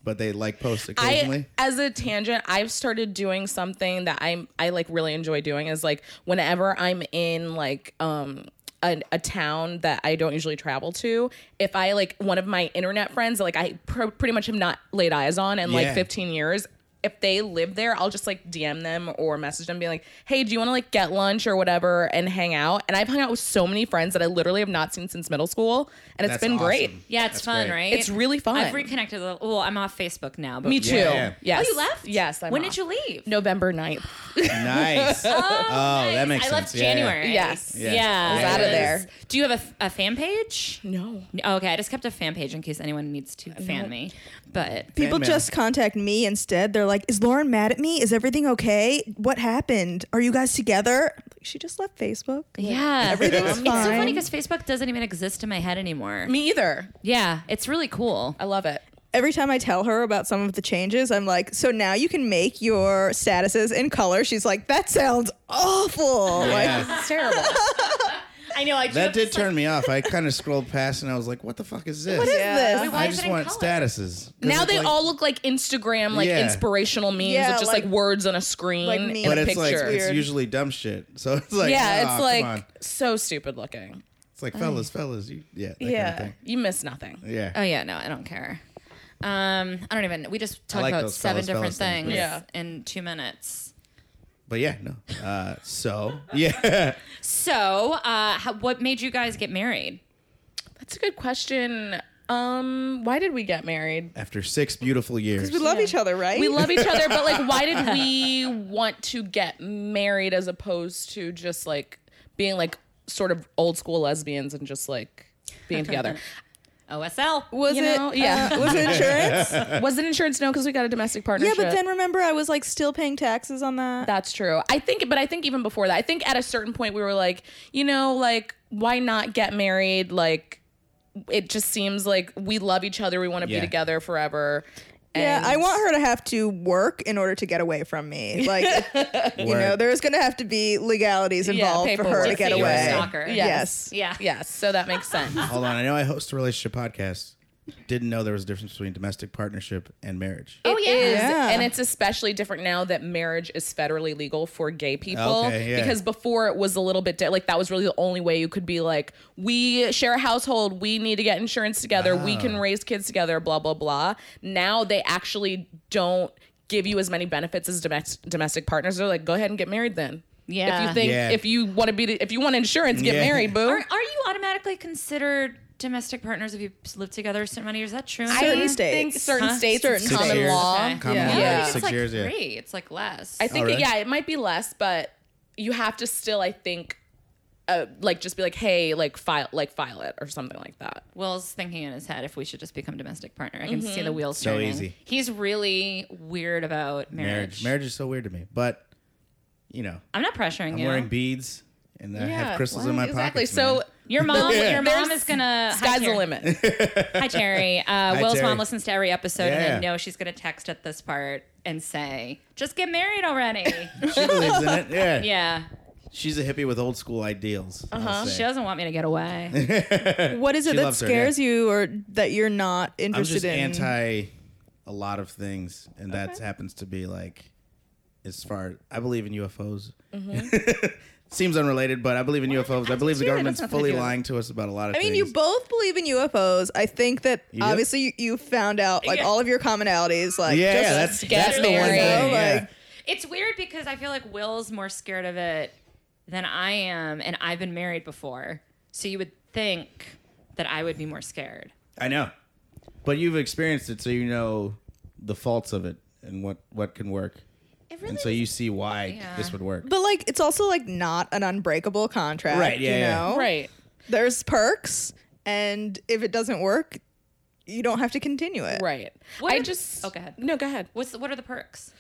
[SPEAKER 1] But they like post occasionally.
[SPEAKER 3] I as a tangent, I've started doing something that I'm I like really enjoy doing is like whenever I'm in like um a, a town that I don't usually travel to. If I like one of my internet friends, like I pr- pretty much have not laid eyes on in like
[SPEAKER 1] Yeah.
[SPEAKER 3] 15 years. If they live there, I'll just like DM them or message them, being like, "Hey, do you want to like get lunch or whatever and hang out?" And I've hung out with so many friends that I literally have not seen since middle school, and it's
[SPEAKER 1] That's
[SPEAKER 3] been great.
[SPEAKER 1] awesome.
[SPEAKER 2] Yeah, it's
[SPEAKER 1] That's
[SPEAKER 2] fun,
[SPEAKER 1] great.
[SPEAKER 2] right?
[SPEAKER 3] It's really fun.
[SPEAKER 2] I've reconnected. with- Well, I'm off Facebook now, but
[SPEAKER 3] Me too.
[SPEAKER 1] Yeah.
[SPEAKER 3] Yes.
[SPEAKER 2] Oh, you left?
[SPEAKER 3] Yes. I'm
[SPEAKER 2] when
[SPEAKER 3] off.
[SPEAKER 2] did you leave?
[SPEAKER 3] November 9th.
[SPEAKER 1] (laughs) Nice. oh, that makes
[SPEAKER 2] I
[SPEAKER 1] sense.
[SPEAKER 2] left
[SPEAKER 1] Yeah, yeah.
[SPEAKER 2] January.
[SPEAKER 3] Yes.
[SPEAKER 2] Yeah.
[SPEAKER 1] Yeah. I was
[SPEAKER 3] outta
[SPEAKER 2] Yes.
[SPEAKER 3] there.
[SPEAKER 2] Do you have a, a fan page?
[SPEAKER 3] No.
[SPEAKER 2] No, Okay, I just kept a fan page in case anyone needs to fan me. But
[SPEAKER 4] People
[SPEAKER 1] mail.
[SPEAKER 4] just contact me instead. They're like, "Is Lauren mad at me? Is everything okay? What happened? Are you guys together?" I'm like, she just left Facebook.
[SPEAKER 2] yeah,
[SPEAKER 4] everything's
[SPEAKER 2] It's so funny
[SPEAKER 4] fine.
[SPEAKER 2] because Facebook doesn't even exist in my head anymore.
[SPEAKER 3] Me either.
[SPEAKER 2] Yeah, it's really cool.
[SPEAKER 3] I love it.
[SPEAKER 4] Every time I tell her about some of the changes, I'm like, "So now you can make your statuses in color." She's like, "That sounds awful." Like,
[SPEAKER 1] Yeah.
[SPEAKER 3] (laughs) It's
[SPEAKER 4] (laughs)
[SPEAKER 3] terrible.
[SPEAKER 2] I know. I
[SPEAKER 1] That did turn me off. I kind of scrolled past and I was like, "What the fuck is this?"
[SPEAKER 4] what is
[SPEAKER 1] I
[SPEAKER 4] this?
[SPEAKER 2] Wait, why is
[SPEAKER 1] just
[SPEAKER 2] it in
[SPEAKER 1] want
[SPEAKER 2] color?
[SPEAKER 1] statuses. 'Cause
[SPEAKER 3] now
[SPEAKER 1] it's
[SPEAKER 3] they
[SPEAKER 1] like-
[SPEAKER 3] all look like Instagram, like
[SPEAKER 1] Yeah.
[SPEAKER 3] inspirational memes
[SPEAKER 4] Yeah,
[SPEAKER 3] of just like,
[SPEAKER 4] like-
[SPEAKER 3] words on a screen
[SPEAKER 4] like
[SPEAKER 3] and
[SPEAKER 4] memes.
[SPEAKER 3] a
[SPEAKER 1] But it's
[SPEAKER 3] picture.
[SPEAKER 1] like it's
[SPEAKER 4] Weird.
[SPEAKER 1] usually dumb shit. (laughs) So it's like,
[SPEAKER 3] yeah,
[SPEAKER 1] "Aw,
[SPEAKER 3] it's
[SPEAKER 1] come on."
[SPEAKER 3] like uh, so stupid looking.
[SPEAKER 1] it's like fellas, fellas. You, yeah, that
[SPEAKER 4] Yeah.
[SPEAKER 1] Kind of
[SPEAKER 3] You miss nothing.
[SPEAKER 1] thing. Yeah.
[SPEAKER 2] Oh yeah, no, I don't care. Um, I don't even. We just talked
[SPEAKER 1] like
[SPEAKER 2] about
[SPEAKER 1] those
[SPEAKER 2] seven
[SPEAKER 1] fellas,
[SPEAKER 2] different
[SPEAKER 1] fellas things,
[SPEAKER 2] things
[SPEAKER 1] but-
[SPEAKER 3] Yeah.
[SPEAKER 2] in two minutes.
[SPEAKER 1] But yeah, no. Uh, so (laughs) yeah,
[SPEAKER 2] So, uh, how, what made you guys get married?
[SPEAKER 3] That's a good question. Um, why did we get married?
[SPEAKER 1] after six beautiful years,
[SPEAKER 4] we love each other, right?
[SPEAKER 3] We love each other, but like, why did
[SPEAKER 4] (laughs)
[SPEAKER 3] we want to get married as opposed to just like being like sort of old school lesbians and just like
[SPEAKER 4] (laughs)
[SPEAKER 3] being together?
[SPEAKER 2] OSL.
[SPEAKER 4] Was
[SPEAKER 3] you know?
[SPEAKER 4] it?
[SPEAKER 3] Yeah.
[SPEAKER 4] uh, (laughs) was
[SPEAKER 1] (laughs)
[SPEAKER 4] it insurance?
[SPEAKER 3] Was it insurance? No, because we got a domestic
[SPEAKER 4] yeah,
[SPEAKER 3] partnership.
[SPEAKER 4] but then remember, I was like still paying taxes on that.
[SPEAKER 3] That's true. I think, but I think even before that, I think at a certain point we were like, you know, like why not get married? Like it just seems like we love each other. We want to
[SPEAKER 1] Yeah.
[SPEAKER 3] be together forever.
[SPEAKER 4] Yeah,
[SPEAKER 3] And
[SPEAKER 4] I want her to have to work in order to get away from me. (laughs) Like, you know, there's going to have to be legalities involved for her to
[SPEAKER 3] paperwork.
[SPEAKER 2] Like that
[SPEAKER 4] get
[SPEAKER 2] you were a
[SPEAKER 4] away.
[SPEAKER 2] stalker.
[SPEAKER 4] Yes.
[SPEAKER 2] Yeah.
[SPEAKER 3] Yes. So that makes sense.
[SPEAKER 1] Hold on, I know I host a relationship podcast. Didn't know there was a difference between domestic partnership and marriage.
[SPEAKER 2] Oh
[SPEAKER 3] It
[SPEAKER 2] yeah.
[SPEAKER 3] is,
[SPEAKER 4] Yeah.
[SPEAKER 3] and it's especially different now that marriage is federally legal for gay people.
[SPEAKER 1] Okay, yeah.
[SPEAKER 3] Because before it was a little bit di- like that was really the only way you could be like, we share a household, we need to get insurance together, we can
[SPEAKER 1] Ah.
[SPEAKER 3] raise kids together, blah blah blah. Now they actually don't give you as many benefits as domestic domestic partners. They're like, go ahead and get married then.
[SPEAKER 2] Yeah.
[SPEAKER 3] If you think
[SPEAKER 1] Yeah.
[SPEAKER 3] if you want to be if you want insurance, get
[SPEAKER 1] Yeah.
[SPEAKER 3] married, boo.
[SPEAKER 2] Are, are you automatically considered domestic partners if you live together a certain amount of years? Is that true? in
[SPEAKER 4] Certain
[SPEAKER 2] Canada?
[SPEAKER 4] states.
[SPEAKER 3] think certain
[SPEAKER 2] Huh?
[SPEAKER 3] states
[SPEAKER 4] Certain
[SPEAKER 3] it's common
[SPEAKER 1] states.
[SPEAKER 3] law.
[SPEAKER 2] Okay.
[SPEAKER 1] Common
[SPEAKER 4] Yeah.
[SPEAKER 1] law,
[SPEAKER 2] I
[SPEAKER 3] Yeah.
[SPEAKER 2] think it's
[SPEAKER 1] six
[SPEAKER 2] like
[SPEAKER 1] years. Yeah.
[SPEAKER 2] three. It's like less.
[SPEAKER 3] I think
[SPEAKER 1] really?
[SPEAKER 3] yeah, it might be less, but you have to still I think uh, like just be like, hey, like file, like file it or something like that.
[SPEAKER 2] Will's thinking in his head if we should just become domestic partner. I can see
[SPEAKER 3] Mm-hmm.
[SPEAKER 2] the wheels
[SPEAKER 1] So
[SPEAKER 2] turning.
[SPEAKER 1] easy.
[SPEAKER 2] He's really weird about marriage.
[SPEAKER 1] marriage. Marriage is so weird to me, but you know,
[SPEAKER 2] I'm not pressuring
[SPEAKER 1] I'm
[SPEAKER 2] you.
[SPEAKER 1] wearing beads and I have crystals in my
[SPEAKER 3] exactly.
[SPEAKER 1] pockets.
[SPEAKER 3] so
[SPEAKER 1] man.
[SPEAKER 2] (laughs) your mom,
[SPEAKER 1] Yeah.
[SPEAKER 2] your mom
[SPEAKER 3] There's-
[SPEAKER 2] is gonna. hi,
[SPEAKER 3] sky's the
[SPEAKER 2] Terry.
[SPEAKER 3] limit. (laughs)
[SPEAKER 2] Hi
[SPEAKER 1] (laughs)
[SPEAKER 2] Terry. Uh, Will's
[SPEAKER 1] Terry.
[SPEAKER 2] mom listens to every episode, and I
[SPEAKER 1] Yeah.
[SPEAKER 2] know she's gonna text at this part and say, "Just get married
[SPEAKER 1] (laughs)
[SPEAKER 2] already."
[SPEAKER 1] she believes
[SPEAKER 3] (laughs)
[SPEAKER 1] in it. Yeah.
[SPEAKER 2] yeah,
[SPEAKER 1] she's a hippie with old school ideals. Uh-huh.
[SPEAKER 2] she doesn't want me to get
[SPEAKER 1] (laughs)
[SPEAKER 2] away.
[SPEAKER 4] What is it
[SPEAKER 1] She
[SPEAKER 4] that
[SPEAKER 1] loves her,
[SPEAKER 4] scares you or that you're not
[SPEAKER 1] I'm
[SPEAKER 4] interested
[SPEAKER 1] just
[SPEAKER 4] in?
[SPEAKER 1] anti a lot of things, and that happens to be like as far I believe in UFOs.
[SPEAKER 4] Mm-hmm.
[SPEAKER 1] (laughs) Seems unrelated, but I believe in UFOs. I believe the
[SPEAKER 2] really
[SPEAKER 1] government's
[SPEAKER 2] doesn't have to
[SPEAKER 1] fully
[SPEAKER 2] do with it.
[SPEAKER 1] lying to us about a lot of
[SPEAKER 4] I
[SPEAKER 1] things.
[SPEAKER 4] mean, you both believe in UFOs. I think that
[SPEAKER 1] do?
[SPEAKER 4] obviously you, you found out like
[SPEAKER 2] Yeah.
[SPEAKER 4] all of your commonalities. Like,
[SPEAKER 1] yeah,
[SPEAKER 4] just-
[SPEAKER 1] yeah, that's
[SPEAKER 3] get
[SPEAKER 1] that's the one
[SPEAKER 3] married.
[SPEAKER 1] thing.
[SPEAKER 4] So,
[SPEAKER 1] yeah.
[SPEAKER 4] like-
[SPEAKER 2] it's weird because I feel like Will's more scared of it than I am, and I've been married before, so you would think that I would be more scared.
[SPEAKER 1] I know, but you've experienced it, so you know the faults of it and what what can work,
[SPEAKER 2] It
[SPEAKER 1] and so you see why
[SPEAKER 2] Yeah.
[SPEAKER 1] this would work.
[SPEAKER 4] but like, it's also like not an unbreakable contract.
[SPEAKER 1] Right, yeah,
[SPEAKER 4] You
[SPEAKER 1] yeah.
[SPEAKER 4] know?
[SPEAKER 3] right.
[SPEAKER 4] There's perks, and if it doesn't work, you don't have to continue it.
[SPEAKER 3] Right.
[SPEAKER 2] What
[SPEAKER 3] I
[SPEAKER 2] are-
[SPEAKER 3] just.
[SPEAKER 2] Oh, go ahead.
[SPEAKER 3] No, go ahead.
[SPEAKER 2] What's the, what are the perks?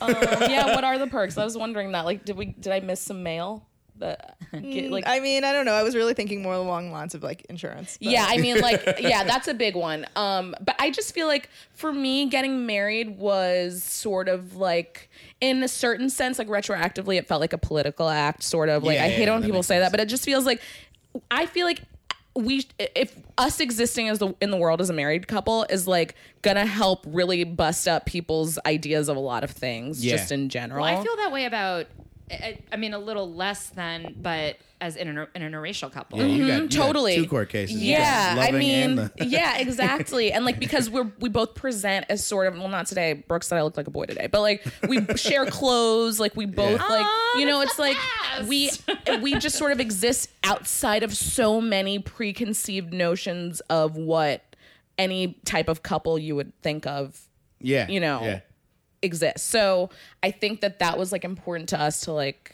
[SPEAKER 3] Um, (laughs) yeah. What are the perks? I was wondering that. Like, did we? Did I miss some mail? That get, like.
[SPEAKER 4] I mean, I don't know. I was really thinking more along the lines of like insurance. but-
[SPEAKER 3] yeah, I mean, like,
[SPEAKER 1] (laughs)
[SPEAKER 3] yeah, that's a big one. Um, but I just feel like for me, getting married was sort of like, in a certain sense, like retroactively, it felt like a political act, sort of. Like,
[SPEAKER 1] Yeah,
[SPEAKER 3] I
[SPEAKER 1] yeah,
[SPEAKER 3] hate it
[SPEAKER 1] yeah,
[SPEAKER 3] when
[SPEAKER 1] that
[SPEAKER 3] people
[SPEAKER 1] makes
[SPEAKER 3] say that,
[SPEAKER 1] sense.
[SPEAKER 3] but it just feels like, I feel like we, if us existing as the in the world as a married couple is like gonna help really bust up people's ideas of a lot of things,
[SPEAKER 1] Yeah.
[SPEAKER 3] just in general.
[SPEAKER 2] Well, I feel that way about. I, I mean, a little less than, but as an, inter- an interracial couple.
[SPEAKER 1] Yeah, you got- you got
[SPEAKER 3] totally.
[SPEAKER 1] two court cases. You got
[SPEAKER 3] Yeah, I
[SPEAKER 1] loving and
[SPEAKER 3] mean,
[SPEAKER 1] the- (laughs)
[SPEAKER 3] (laughs) yeah, exactly. And like because we're we both present as sort of well, not today. Brooke said I look like a boy today, but like we
[SPEAKER 1] (laughs)
[SPEAKER 3] share clothes. Like we both
[SPEAKER 1] Yeah.
[SPEAKER 3] like
[SPEAKER 2] Aw,
[SPEAKER 3] you know,
[SPEAKER 2] that's
[SPEAKER 3] it's like
[SPEAKER 2] the
[SPEAKER 3] we (laughs) we just sort of exist outside of so many preconceived notions of what any type of couple you would think of
[SPEAKER 1] yeah,
[SPEAKER 3] you know.
[SPEAKER 1] yeah.
[SPEAKER 3] exist. So I think that that was like important to us to like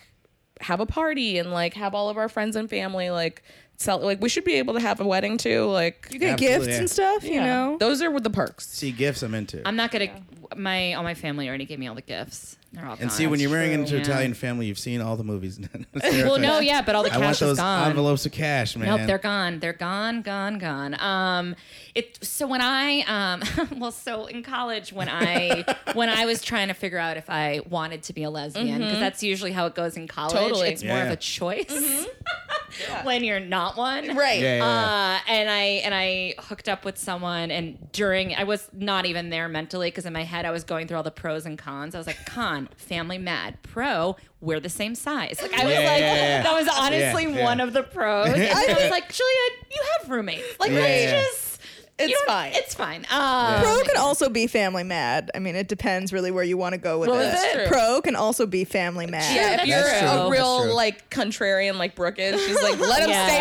[SPEAKER 3] have a party and like have all of our friends and family like sell like we should be able to have a wedding too. Like
[SPEAKER 4] You get
[SPEAKER 1] Absolutely,
[SPEAKER 4] gifts
[SPEAKER 1] yeah.
[SPEAKER 4] and
[SPEAKER 2] (laughs)
[SPEAKER 4] stuff, you know?
[SPEAKER 3] those are with the perks.
[SPEAKER 1] See gifts, I'm into.
[SPEAKER 2] I'm not gonna. My all my family already gave me all the gifts. They're all
[SPEAKER 1] and see, when you're marrying into an
[SPEAKER 2] Yeah.
[SPEAKER 1] Italian family, you've seen all the movies. (laughs)
[SPEAKER 2] well, no, yeah, but all the
[SPEAKER 1] I
[SPEAKER 2] cash
[SPEAKER 1] want
[SPEAKER 2] is
[SPEAKER 1] those
[SPEAKER 2] gone.
[SPEAKER 1] envelopes of cash, man.
[SPEAKER 2] Nope, they're gone. They're gone, gone, gone. Um, it. So when I, um, (laughs) well, so in college when I when I was trying to figure out if I wanted to be a lesbian because that's usually how it goes in college.
[SPEAKER 3] Totally.
[SPEAKER 2] It's more of
[SPEAKER 1] Yeah.
[SPEAKER 2] a choice (laughs) when you're not one,
[SPEAKER 4] Right.
[SPEAKER 1] Yeah, yeah, yeah.
[SPEAKER 2] uh, and I and I hooked up with someone, and during I was not even there mentally because in my head I was going through all the pros and cons. I was like, con, family mad, pro, we're the same size. Like I was
[SPEAKER 1] Yeah,
[SPEAKER 2] like,
[SPEAKER 1] yeah, yeah.
[SPEAKER 2] that was honestly
[SPEAKER 1] Yeah, yeah.
[SPEAKER 2] one of the
[SPEAKER 1] (laughs)
[SPEAKER 2] pros. And I was like, Julia, you have roommates. Like
[SPEAKER 1] Yeah,
[SPEAKER 2] let's
[SPEAKER 1] yeah.
[SPEAKER 2] just,
[SPEAKER 4] It's
[SPEAKER 2] you don't-
[SPEAKER 4] fine.
[SPEAKER 2] It's fine. Um,
[SPEAKER 4] Pro can also be family mad. I mean, it depends really where you want to go with
[SPEAKER 3] Well,
[SPEAKER 4] it.
[SPEAKER 3] that's true.
[SPEAKER 4] Pro can also be family mad.
[SPEAKER 2] Yeah,
[SPEAKER 3] Yeah, if
[SPEAKER 2] that's
[SPEAKER 3] you're
[SPEAKER 1] true.
[SPEAKER 3] a
[SPEAKER 1] That's
[SPEAKER 3] real
[SPEAKER 1] true.
[SPEAKER 3] like contrarian like Brooke is, she's like, let them
[SPEAKER 2] Yeah.
[SPEAKER 3] stay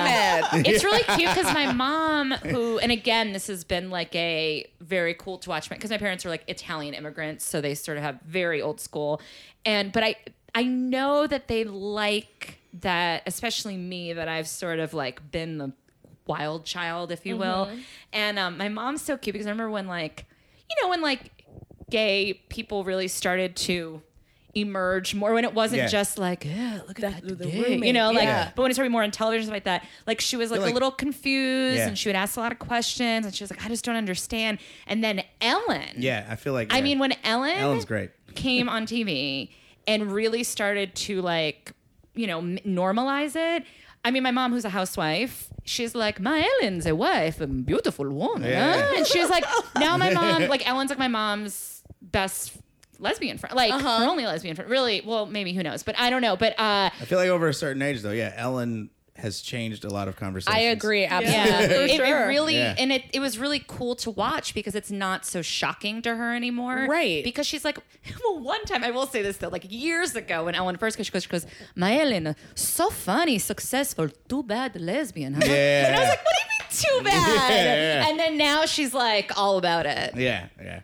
[SPEAKER 2] (laughs)
[SPEAKER 3] mad.
[SPEAKER 2] It's really cute
[SPEAKER 3] (laughs)
[SPEAKER 2] because my mom, who, and again, this has been like a very cool to watch because my parents are like Italian immigrants, so they sort of have very old school, and but I I know that they like that, especially me, that I've sort of like been the wild child, if you will,
[SPEAKER 3] Mm-hmm.
[SPEAKER 2] and um, my mom's so cute because I remember when like you know when like gay people really started to emerge more when it wasn't
[SPEAKER 1] Yeah.
[SPEAKER 2] just like yeah look at that,
[SPEAKER 3] the
[SPEAKER 2] gay," you
[SPEAKER 3] roommate,
[SPEAKER 2] know like
[SPEAKER 1] yeah.
[SPEAKER 2] but when it started more on television stuff like that like she was like,
[SPEAKER 1] They're
[SPEAKER 2] a
[SPEAKER 1] like-
[SPEAKER 2] little confused
[SPEAKER 1] Yeah.
[SPEAKER 2] and she would ask a lot of questions and she was like i just don't understand and then ellen
[SPEAKER 1] yeah, I feel like.
[SPEAKER 2] i
[SPEAKER 1] yeah.
[SPEAKER 2] mean when ellen
[SPEAKER 1] Ellen's great.
[SPEAKER 2] came on tv and really started to like you know m- normalize it i mean my mom who's a housewife she's like my ellen's a wife a beautiful woman
[SPEAKER 1] Yeah.
[SPEAKER 2] huh?" and she was
[SPEAKER 1] (laughs)
[SPEAKER 2] like now my mom like ellen's like my mom's best lesbian friend like
[SPEAKER 1] Uh-huh.
[SPEAKER 2] her only lesbian friend really well maybe who knows but i don't know but uh
[SPEAKER 1] I feel like over a certain age, though, yeah, Ellen has changed a lot of conversations.
[SPEAKER 3] I agree, absolutely.
[SPEAKER 2] Yeah,
[SPEAKER 4] For
[SPEAKER 2] it, it
[SPEAKER 4] sure.
[SPEAKER 2] really
[SPEAKER 1] Yeah.
[SPEAKER 2] and it, it was really cool to watch because it's not so shocking to her anymore,
[SPEAKER 3] Right.
[SPEAKER 2] Because she's like, (laughs) well, one time I will say this though, like years ago when Ellen first came, she goes, she goes, my Ellen, so funny, successful, too bad lesbian, huh?
[SPEAKER 1] Yeah.
[SPEAKER 2] And I was like, what
[SPEAKER 1] (laughs)
[SPEAKER 2] do you mean too bad?
[SPEAKER 1] Yeah,
[SPEAKER 2] (laughs)
[SPEAKER 1] yeah.
[SPEAKER 2] And then now she's like all about it.
[SPEAKER 1] Yeah, yeah.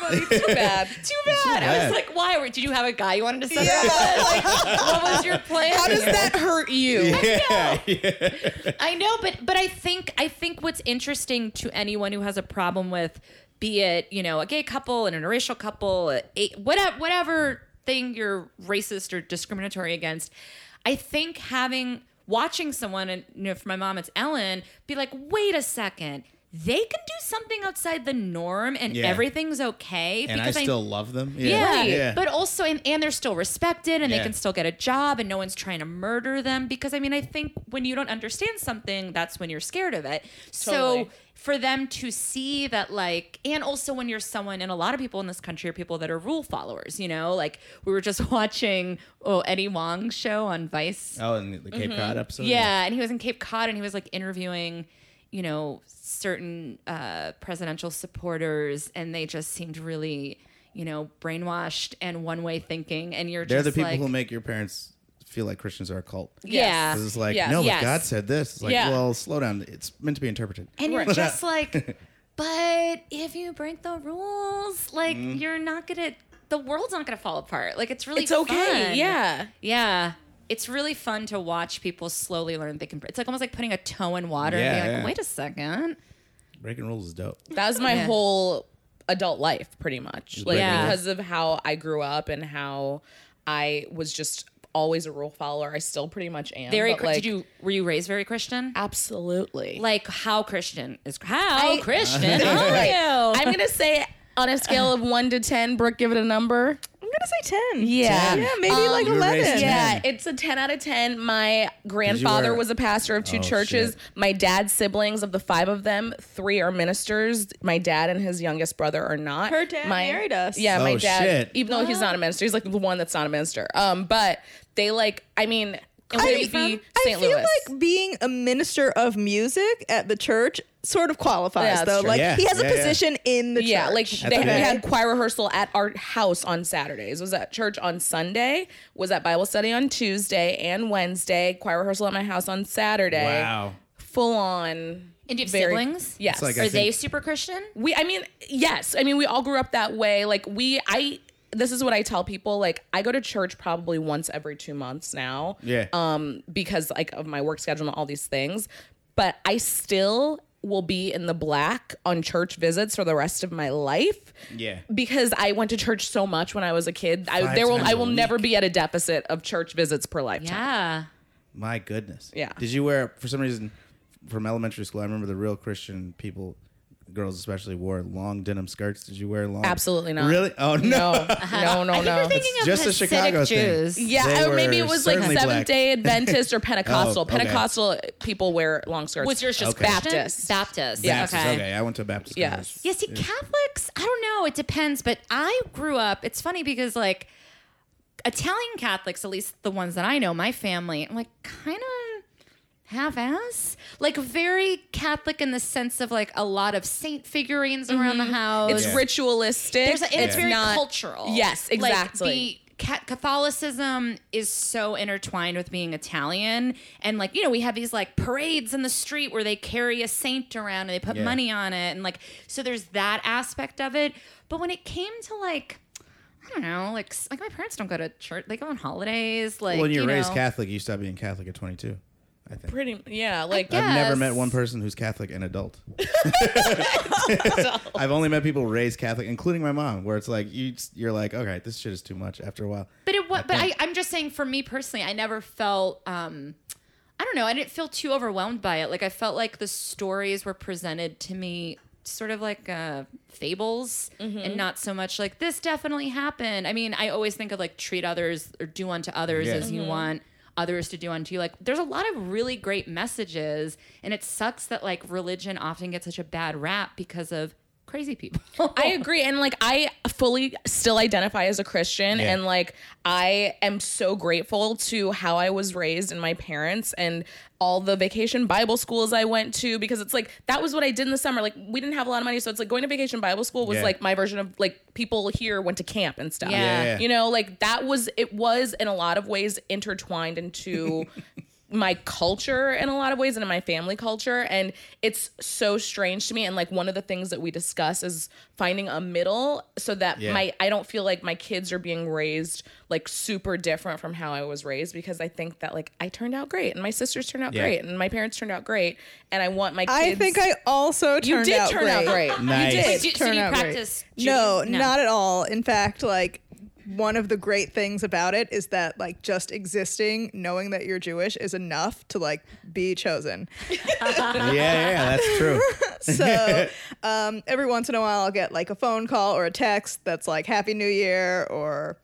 [SPEAKER 3] funny. Too
[SPEAKER 2] (laughs)
[SPEAKER 3] bad.
[SPEAKER 2] Too bad. I
[SPEAKER 1] bad.
[SPEAKER 2] was like, why? Were- Did you have a guy you wanted to set
[SPEAKER 4] Yeah,
[SPEAKER 2] up with? Like, what was your plan?
[SPEAKER 3] How does
[SPEAKER 2] here?
[SPEAKER 3] that hurt you?
[SPEAKER 1] Yeah, yeah.
[SPEAKER 2] (laughs) I know, but but I think I think what's interesting to anyone who has a problem with, be it you know a gay couple, an interracial couple, a, whatever whatever thing you're racist or discriminatory against, I think having watching someone and you know for my mom it's Ellen be like wait a second they can do something outside the norm and
[SPEAKER 1] Yeah.
[SPEAKER 2] everything's okay
[SPEAKER 1] And I still love them.
[SPEAKER 2] yeah.
[SPEAKER 1] Yeah, yeah.
[SPEAKER 2] But also, and, and they're still respected and
[SPEAKER 1] Yeah.
[SPEAKER 2] they can still get a job and no one's trying to murder them. Because, I mean, I think when you don't understand something, that's when you're scared of it.
[SPEAKER 3] Totally.
[SPEAKER 2] So for them to see that, like, and also when you're someone, and a lot of people in this country are people that are rule followers, you know, like we were just (laughs) watching oh, Eddie Wong's show on Vice
[SPEAKER 1] oh, and the Cape Cod episode.
[SPEAKER 2] Mm-hmm. yeah, and he was in Cape Cod and he was like interviewing, you know, certain uh, presidential supporters, and they just seemed really, you know, brainwashed and one way thinking. And you're
[SPEAKER 1] they're
[SPEAKER 2] just
[SPEAKER 1] the people
[SPEAKER 2] like,
[SPEAKER 1] who make your parents feel like Christians are a cult.
[SPEAKER 2] yeah,
[SPEAKER 1] 'Cause it's like,
[SPEAKER 3] Yes.
[SPEAKER 1] no, but
[SPEAKER 2] Yes.
[SPEAKER 1] God said this. It's like,
[SPEAKER 3] Yeah.
[SPEAKER 1] well, slow down. It's meant to be interpreted.
[SPEAKER 2] and
[SPEAKER 3] Right.
[SPEAKER 2] you're just like, but if you break the rules, like
[SPEAKER 1] Mm-hmm.
[SPEAKER 2] you're not gonna, the world's not gonna fall apart. Like it's really,
[SPEAKER 3] It's okay.
[SPEAKER 2] fun.
[SPEAKER 3] Yeah.
[SPEAKER 2] yeah. It's really fun to watch people slowly learn they can. It's like almost like putting a toe in water
[SPEAKER 1] Yeah,
[SPEAKER 2] and being like,
[SPEAKER 1] yeah.
[SPEAKER 2] "Wait a second,
[SPEAKER 1] (laughs) Breaking rules is dope.
[SPEAKER 3] That was my
[SPEAKER 2] Yeah.
[SPEAKER 3] whole adult life, pretty much. Like
[SPEAKER 2] Yeah.
[SPEAKER 3] because of how I grew up and how I was just always a rule follower. I still pretty much am.
[SPEAKER 2] very
[SPEAKER 3] but,
[SPEAKER 2] Chri-
[SPEAKER 3] like,
[SPEAKER 2] did you were you raised very christian
[SPEAKER 3] absolutely
[SPEAKER 2] like how christian is how
[SPEAKER 3] I-
[SPEAKER 2] (laughs) christian Oh. are
[SPEAKER 3] Right.
[SPEAKER 2] you
[SPEAKER 3] oh,
[SPEAKER 2] (laughs)
[SPEAKER 3] I'm gonna say on a scale of one to ten, Brooke, give it a number.
[SPEAKER 4] I'm gonna say ten.
[SPEAKER 3] Yeah.
[SPEAKER 4] yeah, maybe like
[SPEAKER 1] You were raised
[SPEAKER 4] eleven.
[SPEAKER 1] in-
[SPEAKER 3] Yeah,
[SPEAKER 1] 10.
[SPEAKER 3] it's a 10 out of 10. My grandfather
[SPEAKER 1] were-
[SPEAKER 3] was a pastor of two
[SPEAKER 1] Oh,
[SPEAKER 3] churches.
[SPEAKER 1] shit.
[SPEAKER 3] My dad's siblings, of the five of them, three are ministers. My dad and his youngest brother are not.
[SPEAKER 4] Her dad
[SPEAKER 3] my,
[SPEAKER 4] married us.
[SPEAKER 3] Yeah, my
[SPEAKER 1] Oh,
[SPEAKER 3] dad,
[SPEAKER 1] shit.
[SPEAKER 3] even though he's not a minister, he's like the one that's not a minister. Um, But they like, I mean, it
[SPEAKER 2] where
[SPEAKER 3] would
[SPEAKER 2] are you
[SPEAKER 3] be
[SPEAKER 2] from?
[SPEAKER 3] St.
[SPEAKER 4] I feel
[SPEAKER 3] Louis.
[SPEAKER 4] like being a minister of music at the church sort of qualifies,
[SPEAKER 3] Yeah, that's
[SPEAKER 4] though.
[SPEAKER 3] true.
[SPEAKER 4] Like
[SPEAKER 1] Yeah,
[SPEAKER 4] he has
[SPEAKER 1] yeah,
[SPEAKER 4] a
[SPEAKER 1] yeah.
[SPEAKER 4] position in the
[SPEAKER 3] Yeah,
[SPEAKER 4] church.
[SPEAKER 3] like they,
[SPEAKER 1] big.
[SPEAKER 3] we had choir rehearsal at our house on Saturdays. Was at church on Sunday. Was at Bible study on Tuesday and Wednesday. Choir rehearsal at my house on Saturday.
[SPEAKER 1] Wow.
[SPEAKER 3] Full on.
[SPEAKER 2] and do you have
[SPEAKER 3] Very-
[SPEAKER 2] siblings
[SPEAKER 3] Yes.
[SPEAKER 1] like I
[SPEAKER 2] are they
[SPEAKER 1] think-
[SPEAKER 2] super christian
[SPEAKER 3] we i mean yes i mean we all grew up that way like we i this is what i tell people like i go to church probably once every two months now
[SPEAKER 1] Yeah.
[SPEAKER 3] um because like of my work schedule and all these things but i still will be in the black on church visits for the rest of my life
[SPEAKER 1] Yeah.
[SPEAKER 3] because I went to church so much when I was a kid, I,
[SPEAKER 1] Five
[SPEAKER 3] there will
[SPEAKER 1] times
[SPEAKER 3] I
[SPEAKER 1] a
[SPEAKER 3] will never
[SPEAKER 1] week.
[SPEAKER 3] be at a deficit of church visits per lifetime.
[SPEAKER 2] yeah
[SPEAKER 1] My goodness.
[SPEAKER 3] Yeah.
[SPEAKER 1] Did you wear for some reason from elementary school? I remember the real Christian people, girls especially, wore long denim skirts. Did you wear long?
[SPEAKER 3] Absolutely not.
[SPEAKER 1] Really? Oh no.
[SPEAKER 2] (laughs)
[SPEAKER 3] No, no, no,
[SPEAKER 2] i think
[SPEAKER 3] no.
[SPEAKER 2] you're thinking of
[SPEAKER 1] just a
[SPEAKER 2] Hasidic
[SPEAKER 1] Chicago thing.
[SPEAKER 2] jews
[SPEAKER 1] They
[SPEAKER 3] Yeah, or maybe
[SPEAKER 1] were
[SPEAKER 3] it was like
[SPEAKER 1] certainly
[SPEAKER 3] Seventh
[SPEAKER 1] black. (laughs)
[SPEAKER 3] Day Adventist or Pentecostal.
[SPEAKER 1] Oh, okay.
[SPEAKER 3] Pentecostal people wear long skirts.
[SPEAKER 2] was yours just
[SPEAKER 1] Okay.
[SPEAKER 2] Christian?
[SPEAKER 3] Baptist.
[SPEAKER 2] baptist
[SPEAKER 1] Baptist, okay. I went to a Baptist.
[SPEAKER 3] Yes.
[SPEAKER 1] college.
[SPEAKER 2] Yeah, see, Catholics, I don't know. It depends. But I grew up, it's funny because, like, Italian Catholics, at least the ones that I know, my family, I'm like, kind of half ass. Like, very Catholic in the sense of, like, a lot of saint figurines around the house.
[SPEAKER 3] It's
[SPEAKER 1] Yeah.
[SPEAKER 3] ritualistic.
[SPEAKER 2] There's a- and it's
[SPEAKER 1] Yeah.
[SPEAKER 2] very
[SPEAKER 3] not-
[SPEAKER 2] cultural.
[SPEAKER 3] Yes, exactly.
[SPEAKER 2] Like, the, Ca- Catholicism is so intertwined with being Italian, and like you know, we have these like parades in the street where they carry a saint around and they put
[SPEAKER 1] Yeah.
[SPEAKER 2] money on it, and like so there's that aspect of it. But when it came to like, I don't know, like s- like my parents don't go to church; they go on holidays. Like
[SPEAKER 1] Well, when you're
[SPEAKER 2] you
[SPEAKER 1] raised
[SPEAKER 2] know.
[SPEAKER 1] Catholic, you stop being Catholic at 22. I think.
[SPEAKER 3] pretty. Yeah, like
[SPEAKER 2] guess.
[SPEAKER 1] I've never met
[SPEAKER 2] Yes.
[SPEAKER 1] one person who's Catholic and adult. (laughs) I've only met people raised Catholic, including my mom, where it's like you, you're like, okay, this shit is too much after a while.
[SPEAKER 2] But it was. But I, I'm just saying, for me personally, I never felt. um I don't know. I didn't feel too overwhelmed by it. Like I felt like the stories were presented to me sort of like uh, fables, and not so much like this definitely happened. I mean, I always think of like treat others or do unto others
[SPEAKER 1] Yeah.
[SPEAKER 2] as
[SPEAKER 4] Mm-hmm.
[SPEAKER 2] you want others to do unto you. Like there's a lot of really great messages, and it sucks that like religion often gets such a bad rap because of crazy people.
[SPEAKER 3] (laughs) I agree. And like, I fully still identify as a Christian.
[SPEAKER 1] Yeah.
[SPEAKER 3] And like, I am so grateful to how I was raised and my parents and all the vacation Bible schools I went to because it's like, that was what I did in the summer. Like, we didn't have a lot of money. So it's like going to vacation Bible school was
[SPEAKER 1] Yeah.
[SPEAKER 3] like my version of like people here went to camp and stuff.
[SPEAKER 2] Yeah.
[SPEAKER 1] Yeah. (laughs)
[SPEAKER 3] You know, like that was, it was in a lot of ways intertwined into my culture in a lot of ways and in my family culture and it's so strange to me and like one of the things that we discuss is finding a middle so that
[SPEAKER 1] Yeah.
[SPEAKER 3] my I don't feel like my kids are being raised like super different from how I was raised because I think that like I turned out great and my sisters turned out
[SPEAKER 1] Yeah.
[SPEAKER 3] great and my parents turned out great and I want my kids
[SPEAKER 4] I think I also turned
[SPEAKER 3] you did
[SPEAKER 4] out
[SPEAKER 3] turn
[SPEAKER 4] great.
[SPEAKER 3] out great.
[SPEAKER 1] Nice.
[SPEAKER 2] (laughs)
[SPEAKER 3] You
[SPEAKER 2] Wait,
[SPEAKER 3] did.
[SPEAKER 2] do- so
[SPEAKER 4] Turn
[SPEAKER 2] you
[SPEAKER 4] out great.
[SPEAKER 2] practice
[SPEAKER 4] No,
[SPEAKER 2] Judaism?
[SPEAKER 4] not at all. In fact, like one of the great things about it is that like just existing, knowing that you're Jewish is enough to like be chosen.
[SPEAKER 1] yeah, yeah, that's
[SPEAKER 3] (laughs)
[SPEAKER 1] true. (laughs)
[SPEAKER 4] So um, every once in a while, I'll get like a phone call or a text that's like "Happy New Year" or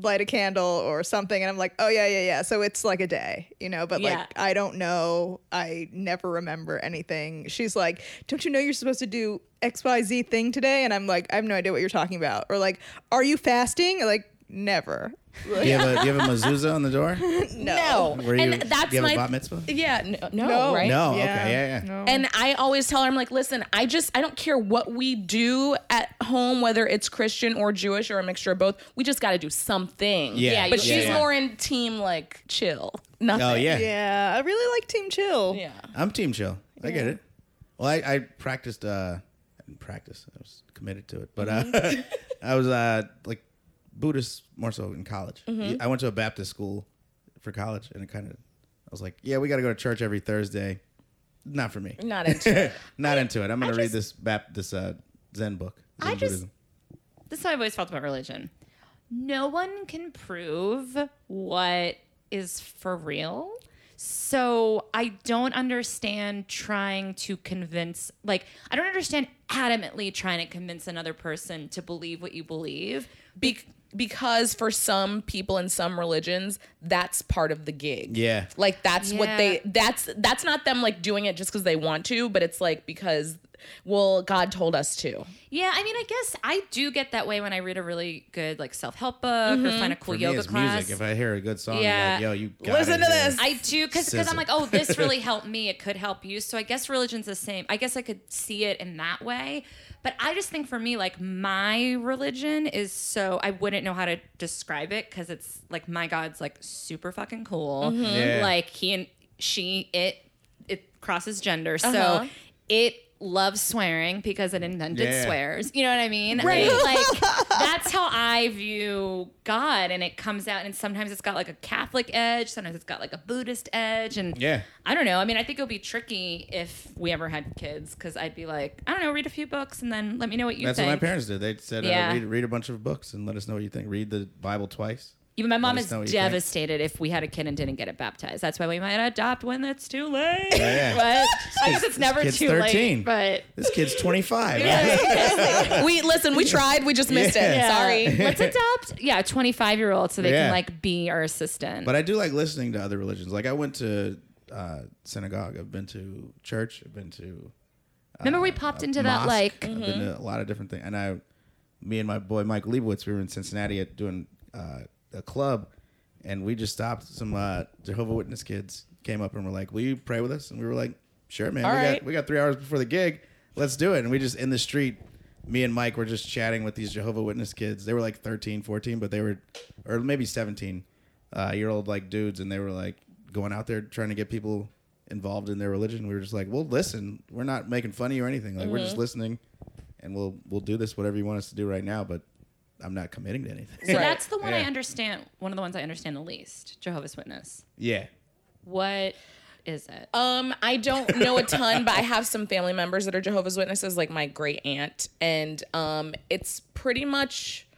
[SPEAKER 4] "Light a candle" or something, and I'm like, "Oh yeah, yeah, yeah." So it's like a day, you know. But
[SPEAKER 2] Yeah.
[SPEAKER 4] like, I don't know. I never remember anything. She's like, "Don't you know you're supposed to do X Y Z thing today?" And I'm like, "I have no idea what you're talking about." Or like, "Are you fasting?" Like, never.
[SPEAKER 1] Do you have a do you have a mezuzah on the door?
[SPEAKER 3] No.
[SPEAKER 1] Were you-
[SPEAKER 3] and that's
[SPEAKER 1] do you have a
[SPEAKER 3] my
[SPEAKER 1] bat mitzvah?
[SPEAKER 3] Yeah, no, no,
[SPEAKER 4] No.
[SPEAKER 3] right?
[SPEAKER 1] No, okay, yeah, yeah.
[SPEAKER 4] No.
[SPEAKER 3] And I always tell her, I'm like, listen, I just, I don't care what we do at home, whether it's Christian or Jewish or a mixture of both. We just got to do something.
[SPEAKER 1] Yeah,
[SPEAKER 2] Yeah,
[SPEAKER 3] But
[SPEAKER 2] yeah,
[SPEAKER 3] she's
[SPEAKER 2] yeah.
[SPEAKER 3] more in team, like, chill. Nothing.
[SPEAKER 1] Oh (laughs) yeah.
[SPEAKER 4] yeah, I really like Team Chill.
[SPEAKER 3] Yeah.
[SPEAKER 1] I'm team chill. I get it. Well, I, I practiced. Uh, I didn't practice. I was committed to it, but uh,
[SPEAKER 3] Mm-hmm.
[SPEAKER 1] (laughs) I was uh, like Buddhist more so in college.
[SPEAKER 3] Mm-hmm.
[SPEAKER 1] I went to a Baptist school for college, and it kind of I was like, yeah, we got to go to church every Thursday. Not for me. (laughs)
[SPEAKER 3] Not into it.
[SPEAKER 1] Not into it. I'm gonna read
[SPEAKER 2] just-
[SPEAKER 1] this Bap- this uh, Zen book. Zen
[SPEAKER 2] I just- this is how I've always felt about religion. No one can prove what is for real. So I don't understand trying to convince, like, I don't understand adamantly trying to convince another person to believe what you believe.
[SPEAKER 3] Be- because for some people in some religions, that's part of the gig.
[SPEAKER 1] Yeah.
[SPEAKER 3] Like that's what
[SPEAKER 2] Yeah.
[SPEAKER 3] they that's that's not them like doing it just because they want to, but it's like because well, God told us
[SPEAKER 1] (laughs)
[SPEAKER 3] to.
[SPEAKER 2] Yeah, I mean, I guess I do get that way when I read a really good, like, self help book or find a cool
[SPEAKER 1] For me,
[SPEAKER 2] yoga
[SPEAKER 1] it's
[SPEAKER 2] class.
[SPEAKER 1] music. If I hear a good song, yeah.
[SPEAKER 2] Yeah.
[SPEAKER 1] like, yo, you gotta
[SPEAKER 4] Listen to
[SPEAKER 1] hear it.
[SPEAKER 4] this.
[SPEAKER 2] I do because
[SPEAKER 1] Sizzle.
[SPEAKER 2] I'm like, oh, this really helped me. It could help you. So I guess religion's the same. I guess I could see it in that way. But I just think for me, like my religion is so I wouldn't know how to describe it because it's like my God's like super fucking cool.
[SPEAKER 1] Yeah.
[SPEAKER 2] Like he and she, it it crosses gender.
[SPEAKER 3] Uh-huh.
[SPEAKER 2] So it loves swearing because it invented
[SPEAKER 1] Yeah.
[SPEAKER 2] swears. You know what I mean?
[SPEAKER 3] Right.
[SPEAKER 2] And,
[SPEAKER 3] (laughs)
[SPEAKER 2] like that's how I view God, and it comes out, and sometimes it's got like a Catholic edge, sometimes it's got like a Buddhist edge, and
[SPEAKER 1] Yeah.
[SPEAKER 2] I don't know. I mean, I think it would be tricky if we ever had kids, because I'd be like, I don't know, read a few books, and then let me know what you
[SPEAKER 1] That's
[SPEAKER 2] think.
[SPEAKER 1] what my parents did. They said,
[SPEAKER 2] Yeah.
[SPEAKER 1] uh, read, read a bunch of books and let us know what you think. Read the Bible twice.
[SPEAKER 2] Even my mom
[SPEAKER 1] us
[SPEAKER 2] is
[SPEAKER 1] know what you think.
[SPEAKER 2] devastated if we had a kid and didn't get it baptized. That's why we might adopt when it's too late. (laughs)
[SPEAKER 1] Yeah.
[SPEAKER 2] But I guess
[SPEAKER 1] This
[SPEAKER 2] it's never
[SPEAKER 1] kid's
[SPEAKER 2] too
[SPEAKER 1] 13.
[SPEAKER 2] late. But
[SPEAKER 1] This (laughs) kid's 25.
[SPEAKER 3] we listen, we tried, we just missed it.
[SPEAKER 1] Yeah.
[SPEAKER 3] Sorry.
[SPEAKER 1] (laughs)
[SPEAKER 2] let's adopt, yeah, a 25 year old so they
[SPEAKER 1] Yeah.
[SPEAKER 2] can like be our assistant.
[SPEAKER 1] But I do like listening to other religions. Like I went to uh, synagogue. I've been to church. I've been to
[SPEAKER 2] Remember we popped into that
[SPEAKER 1] mosque.
[SPEAKER 2] like
[SPEAKER 1] I've been to a lot of different things. And I, me and my boy Mike Leibowitz, we were in Cincinnati at doing uh, a club, and we just stopped. Some uh, Jehovah Witness kids came up and were like, "Will you pray with us?" And we were like, "Sure, man.
[SPEAKER 3] All
[SPEAKER 1] we
[SPEAKER 3] right.
[SPEAKER 1] got we got three hours before the gig. Let's do it." And we just in the street. Me and Mike were just chatting with these Jehovah Witness kids. They were like 13, 14, but they were, or maybe 17 uh, year old like dudes, and they were like going out there trying to get people involved in their religion. We were just like, "Well, listen, we're not making fun of you or anything. Like, we're
[SPEAKER 3] Mm-hmm.
[SPEAKER 1] just listening, and we'll we'll do this whatever you want us to do right now." But I'm not committing to anything.
[SPEAKER 2] So
[SPEAKER 3] Right.
[SPEAKER 2] that's the one I
[SPEAKER 1] Yeah.
[SPEAKER 2] understand. One of the ones I understand the least. Jehovah's Witness.
[SPEAKER 1] (laughs) yeah,
[SPEAKER 2] What is it?
[SPEAKER 3] Um, I don't know a ton, but I have some family members that are Jehovah's Witnesses, like my great aunt, and um, it's pretty much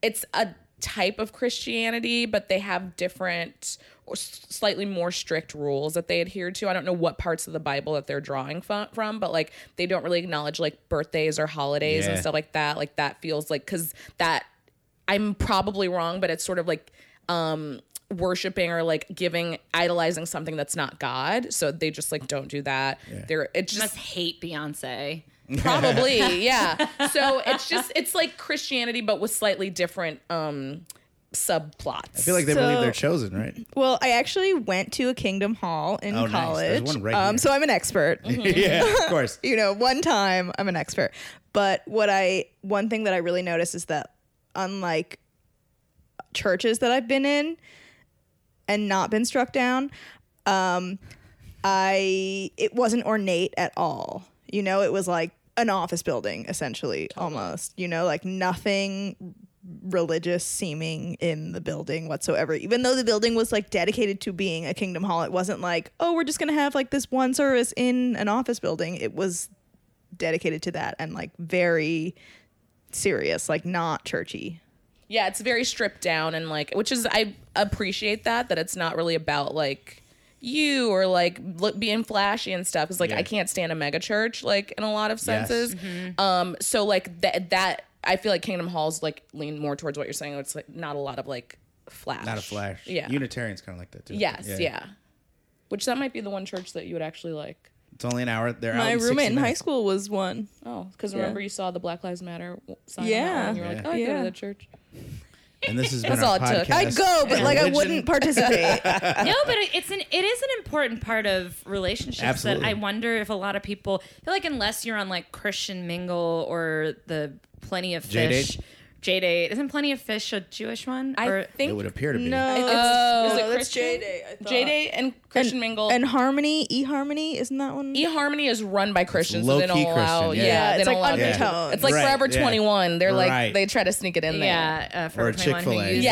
[SPEAKER 3] it's a type of Christianity, but they have different or s- slightly more strict rules that they adhere to. I don't know what parts of the Bible that they're drawing fu- from, but like they don't really acknowledge like birthdays or holidays and
[SPEAKER 1] Yeah.
[SPEAKER 3] stuff like that. Like that feels like cuz that I'm probably wrong, but it's sort of like um worshiping or like giving idolizing something that's not God. So they just like don't do that. They're it
[SPEAKER 2] You
[SPEAKER 3] just
[SPEAKER 2] must hate Beyonce.
[SPEAKER 1] (laughs)
[SPEAKER 3] probably yeah so it's just it's like christianity but with slightly different um subplots
[SPEAKER 1] I feel like they
[SPEAKER 4] So-
[SPEAKER 1] believe they're chosen,
[SPEAKER 3] (laughs)
[SPEAKER 1] right?
[SPEAKER 4] Well, I actually went to a Kingdom Hall in
[SPEAKER 1] Oh, nice. There's
[SPEAKER 4] college.
[SPEAKER 1] one right
[SPEAKER 4] um,
[SPEAKER 1] here.
[SPEAKER 4] so I'm an expert.
[SPEAKER 1] (laughs)
[SPEAKER 3] Mm-hmm.
[SPEAKER 1] yeah, of
[SPEAKER 3] (laughs)
[SPEAKER 1] course.
[SPEAKER 4] you know, one time I'm an expert. But what I one thing that I really notice is that unlike churches that I've been in and not been struck down, um, I it wasn't ornate at all. You know, it was like an office building essentially, almost. You know, like nothing religious seeming in the building whatsoever. Even though the building was like dedicated to being a kingdom hall, it wasn't like, oh, we're just gonna have like this one service in an office building. It was dedicated to that and like very serious, like not churchy.
[SPEAKER 3] Yeah, it's very stripped down and like, which is I appreciate that that it's not really about like you or like look, being flashy and stuff. Because like
[SPEAKER 1] Yeah.
[SPEAKER 3] I can't stand a mega church like in a lot of senses.
[SPEAKER 4] Mm-hmm.
[SPEAKER 3] Um, so like that that I feel like Kingdom Halls like lean more towards what you're saying. It's like not a lot of like flash.
[SPEAKER 1] Not a flash.
[SPEAKER 3] Yeah.
[SPEAKER 1] Unitarian's kind of like that too.
[SPEAKER 3] yes. Yeah. Which that might be the one church that you would actually like.
[SPEAKER 1] It's only an hour. They're out
[SPEAKER 4] My
[SPEAKER 1] in 60
[SPEAKER 4] roommate in high
[SPEAKER 1] minutes.
[SPEAKER 4] school was one.
[SPEAKER 3] Oh, because remember you saw the Black Lives Matter w- sign. Yeah.
[SPEAKER 4] Yeah.
[SPEAKER 3] and you were like,
[SPEAKER 1] Yeah.
[SPEAKER 3] oh, I go
[SPEAKER 4] Yeah.
[SPEAKER 3] to that church.
[SPEAKER 1] And this has been
[SPEAKER 3] That's
[SPEAKER 1] our
[SPEAKER 3] all it
[SPEAKER 1] podcast.
[SPEAKER 3] took. I
[SPEAKER 4] I go, but like I
[SPEAKER 1] Religion.
[SPEAKER 4] wouldn't (laughs) participate.
[SPEAKER 2] no, but it- it's an it is an important part of relationships
[SPEAKER 1] Absolutely.
[SPEAKER 2] that I wonder if a lot of people I feel like unless you're on like Christian Mingle or the Plenty of
[SPEAKER 1] J-Date?
[SPEAKER 2] Fish, J Date isn't Plenty of Fish a Jewish one?
[SPEAKER 3] I
[SPEAKER 2] Or-
[SPEAKER 1] It
[SPEAKER 3] think
[SPEAKER 1] would appear to be.
[SPEAKER 3] Oh,
[SPEAKER 4] It's-
[SPEAKER 3] is it
[SPEAKER 4] that's
[SPEAKER 3] Christian?
[SPEAKER 4] J-Day, I thought.
[SPEAKER 3] J Day and Christian
[SPEAKER 4] and,
[SPEAKER 3] Mingle
[SPEAKER 4] and Harmony, eHarmony, isn't that one?
[SPEAKER 3] eHarmony is run by Christians, so
[SPEAKER 1] low-key
[SPEAKER 3] they don't allow.
[SPEAKER 1] Christian, yeah.
[SPEAKER 3] Yeah,
[SPEAKER 1] Yeah,
[SPEAKER 3] they
[SPEAKER 4] it's
[SPEAKER 3] don't
[SPEAKER 4] like
[SPEAKER 3] allow. people-
[SPEAKER 4] undertone.
[SPEAKER 3] It's like
[SPEAKER 1] Right,
[SPEAKER 3] Forever
[SPEAKER 1] yeah.
[SPEAKER 3] Twenty One. They're
[SPEAKER 1] Right.
[SPEAKER 3] like they try to sneak it in there.
[SPEAKER 2] yeah, uh, for
[SPEAKER 1] Or
[SPEAKER 2] everyone who
[SPEAKER 1] Chick-fil-A.
[SPEAKER 2] uses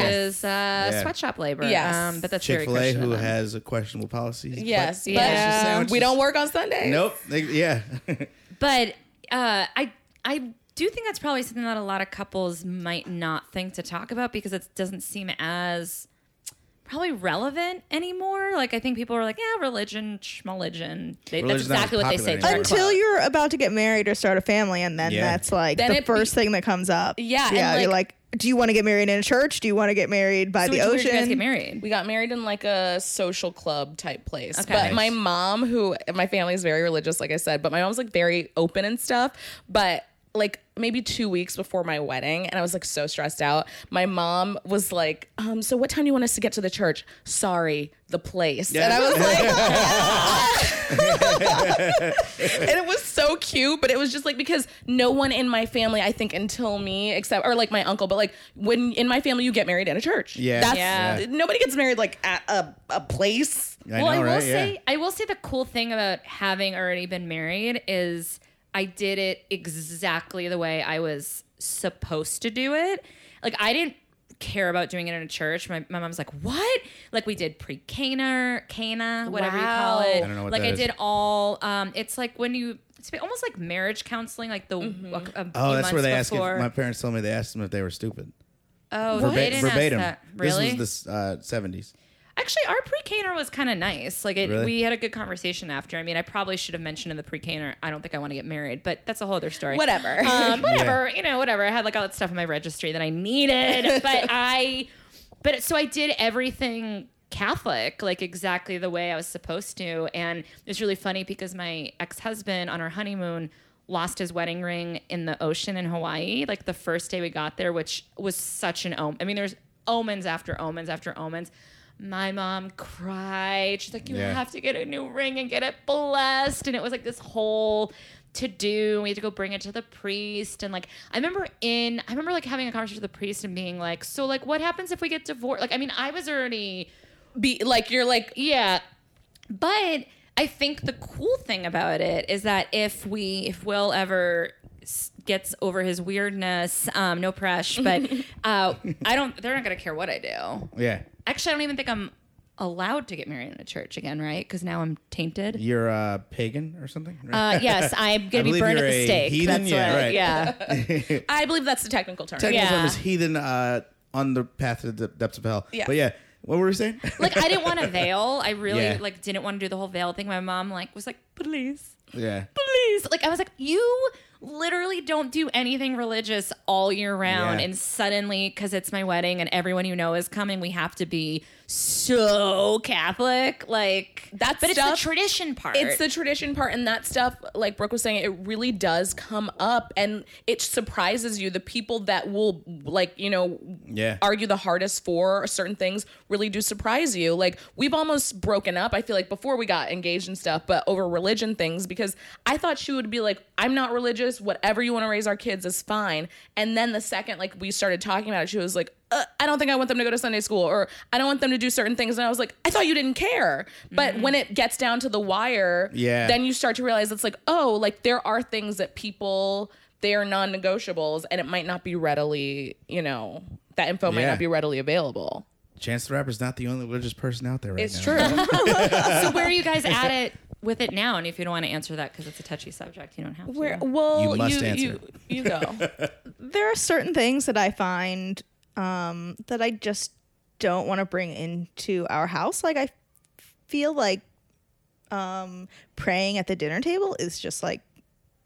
[SPEAKER 3] Yes.
[SPEAKER 2] uh,
[SPEAKER 1] Yeah.
[SPEAKER 2] sweatshop labor.
[SPEAKER 3] Yes.
[SPEAKER 2] Um, but that's
[SPEAKER 1] Chick Fil
[SPEAKER 2] very
[SPEAKER 1] A,
[SPEAKER 2] Christian.
[SPEAKER 1] who
[SPEAKER 2] of them.
[SPEAKER 1] has questionable policies. but-
[SPEAKER 3] Yes, but
[SPEAKER 2] Yeah.
[SPEAKER 4] Um,
[SPEAKER 1] Sandwiches.
[SPEAKER 3] we don't work on Sundays.
[SPEAKER 1] Nope. They- yeah. (laughs)
[SPEAKER 2] But uh, I I do think that's probably something that a lot of couples might not think to talk about because it doesn't seem as probably relevant anymore. Like I think people are like, yeah, religion, schmaligion. They, that's
[SPEAKER 1] Religion's not
[SPEAKER 2] exactly
[SPEAKER 1] as
[SPEAKER 2] what they
[SPEAKER 1] popular
[SPEAKER 2] say.
[SPEAKER 1] anymore.
[SPEAKER 2] direct
[SPEAKER 4] Until
[SPEAKER 2] quote.
[SPEAKER 4] you're about to get married or start a family, and then
[SPEAKER 1] Yeah.
[SPEAKER 4] that's like
[SPEAKER 3] Then
[SPEAKER 4] the
[SPEAKER 3] it
[SPEAKER 4] first thing that comes up.
[SPEAKER 3] Yeah, and,
[SPEAKER 4] yeah. you're
[SPEAKER 3] like-
[SPEAKER 4] like, do you want to get married in a church? Do you want to get married by
[SPEAKER 2] So
[SPEAKER 4] the
[SPEAKER 2] where did you
[SPEAKER 4] ocean?
[SPEAKER 2] guys get married?
[SPEAKER 3] We got married in like a social club type place.
[SPEAKER 2] Okay.
[SPEAKER 3] But
[SPEAKER 2] Nice.
[SPEAKER 3] my mom, who my family is very religious, like I said, but my mom's like very open and stuff. But like maybe two weeks before my wedding, and I was like so stressed out. My mom was like, um, "So what time do you want us to get to the church?" Sorry, the place. And I was
[SPEAKER 1] (laughs)
[SPEAKER 3] like, and it was so cute, but it was just like because no one in my family, I think, until me, except or like my uncle, but like when in my family you get married in a church.
[SPEAKER 1] Yeah.
[SPEAKER 3] That's
[SPEAKER 2] Yeah.
[SPEAKER 3] nobody gets married like at a, a place.
[SPEAKER 1] I
[SPEAKER 2] well,
[SPEAKER 1] know,
[SPEAKER 2] I will
[SPEAKER 1] right?
[SPEAKER 2] say,
[SPEAKER 1] yeah.
[SPEAKER 2] I will say the cool thing about having already been married is I did it exactly the way I was supposed to do it. Like I didn't care about doing it in a church. My, my mom's like, "What?" Like we did pre-cana, cana, whatever you call it.
[SPEAKER 3] Wow. I
[SPEAKER 1] don't know what
[SPEAKER 2] like
[SPEAKER 1] that
[SPEAKER 2] I
[SPEAKER 1] is.
[SPEAKER 2] did all. Um, it's like when you. It's almost like marriage counseling, like the a, a few
[SPEAKER 1] Oh, that's where
[SPEAKER 2] months
[SPEAKER 1] they asked. If,
[SPEAKER 2] before.
[SPEAKER 1] my parents told me they asked them if they were stupid.
[SPEAKER 2] oh,
[SPEAKER 1] Verba-
[SPEAKER 2] they didn't
[SPEAKER 1] verbatim.
[SPEAKER 2] ask that. Really?
[SPEAKER 1] This was the seventies.
[SPEAKER 2] Actually, our pre-caner was kind of nice. Like, it,
[SPEAKER 1] Really?
[SPEAKER 2] we had a good conversation after. I mean, I probably should have mentioned in the pre-caner, I don't think I want to get married, but that's a whole other story.
[SPEAKER 3] Whatever.
[SPEAKER 2] Um, whatever, you know, whatever. I had like all that stuff in my registry that I needed, but I, but so I did everything Catholic, like exactly the way I was supposed to. And it's really funny because my ex-husband on our honeymoon lost his wedding ring in the ocean in Hawaii, like the first day we got there, which was such an omen. I mean, there's omens after omens after omens. My mom cried. She's like, "You
[SPEAKER 1] Yeah.
[SPEAKER 2] have to get a new ring and get it blessed." And it was like this whole to do. We had to go bring it to the priest. And like, I remember in, I remember like having a conversation with the priest and being like, so like, what happens if we get divorced? Like, I mean, I was already,
[SPEAKER 3] Be like you're like
[SPEAKER 2] yeah. But I think the cool thing about it is that if we, if Will ever s- gets over his weirdness, um, no press, but uh, I don't, they're not going to care what I do.
[SPEAKER 1] Yeah.
[SPEAKER 2] Actually, I don't even think I'm allowed to get married in a church again, right? Because now I'm tainted.
[SPEAKER 1] You're uh, pagan or something. Right? (laughs)
[SPEAKER 2] Uh, yes, I'm
[SPEAKER 1] I
[SPEAKER 2] gonna be
[SPEAKER 1] believe
[SPEAKER 2] burned at
[SPEAKER 1] you're
[SPEAKER 2] the
[SPEAKER 1] a
[SPEAKER 2] stake.
[SPEAKER 1] heathen?
[SPEAKER 2] That's
[SPEAKER 1] Yeah,
[SPEAKER 2] what.
[SPEAKER 1] right. (laughs)
[SPEAKER 2] Yeah.
[SPEAKER 3] I believe that's the technical term.
[SPEAKER 1] Technical
[SPEAKER 2] yeah.
[SPEAKER 1] term is heathen uh, on the path to the depths of hell.
[SPEAKER 3] Yeah.
[SPEAKER 1] But yeah, what were we saying? (laughs)
[SPEAKER 2] like I didn't want to veil. I really
[SPEAKER 1] Yeah.
[SPEAKER 2] like didn't want to do the whole veil thing. My mom like was like, please,
[SPEAKER 1] yeah.
[SPEAKER 2] please. Like I was like, you literally don't do anything religious all year round,
[SPEAKER 1] Yeah.
[SPEAKER 2] and suddenly because it's my wedding and everyone you know is coming, we have to be so Catholic. Like
[SPEAKER 3] That
[SPEAKER 2] but
[SPEAKER 3] stuff-
[SPEAKER 2] it's the tradition part.
[SPEAKER 3] It's the tradition part and that stuff, like Brooke was saying, it really does come up and it surprises you. The people that will like, you know,
[SPEAKER 1] Yeah.
[SPEAKER 3] argue the hardest for certain things really do surprise you. Like we've almost broken up, I feel like before we got engaged and stuff, but over religion things because I thought she would be like, I'm not religious, whatever you want to raise our kids is fine. And then the second like we started talking about it, she was like, uh, I don't think I want them to go to Sunday school or I don't want them to do certain things. And I was like, I thought you didn't care. But when it gets down to the wire,
[SPEAKER 1] Mm-hmm. Yeah.
[SPEAKER 3] then you start to realize it's like, oh, like there are things that people, they are non negotiables and it might not be readily, you know, that info might
[SPEAKER 1] Yeah.
[SPEAKER 3] not be readily available.
[SPEAKER 1] Chance the Rapper's not the only religious person out there right
[SPEAKER 3] It's
[SPEAKER 1] now.
[SPEAKER 3] true.
[SPEAKER 2] (laughs)
[SPEAKER 1] (laughs)
[SPEAKER 2] so where are you
[SPEAKER 3] (laughs)
[SPEAKER 2] guys at it with it now? And if you don't want to answer that because it's a touchy subject, you don't have to.
[SPEAKER 3] Where, (laughs) well,
[SPEAKER 1] You must
[SPEAKER 3] you,
[SPEAKER 1] answer.
[SPEAKER 3] you, you go.
[SPEAKER 1] (laughs)
[SPEAKER 4] there are certain things that I find um, that I just don't want to bring into our house. Like I feel like um, praying at the dinner table is just like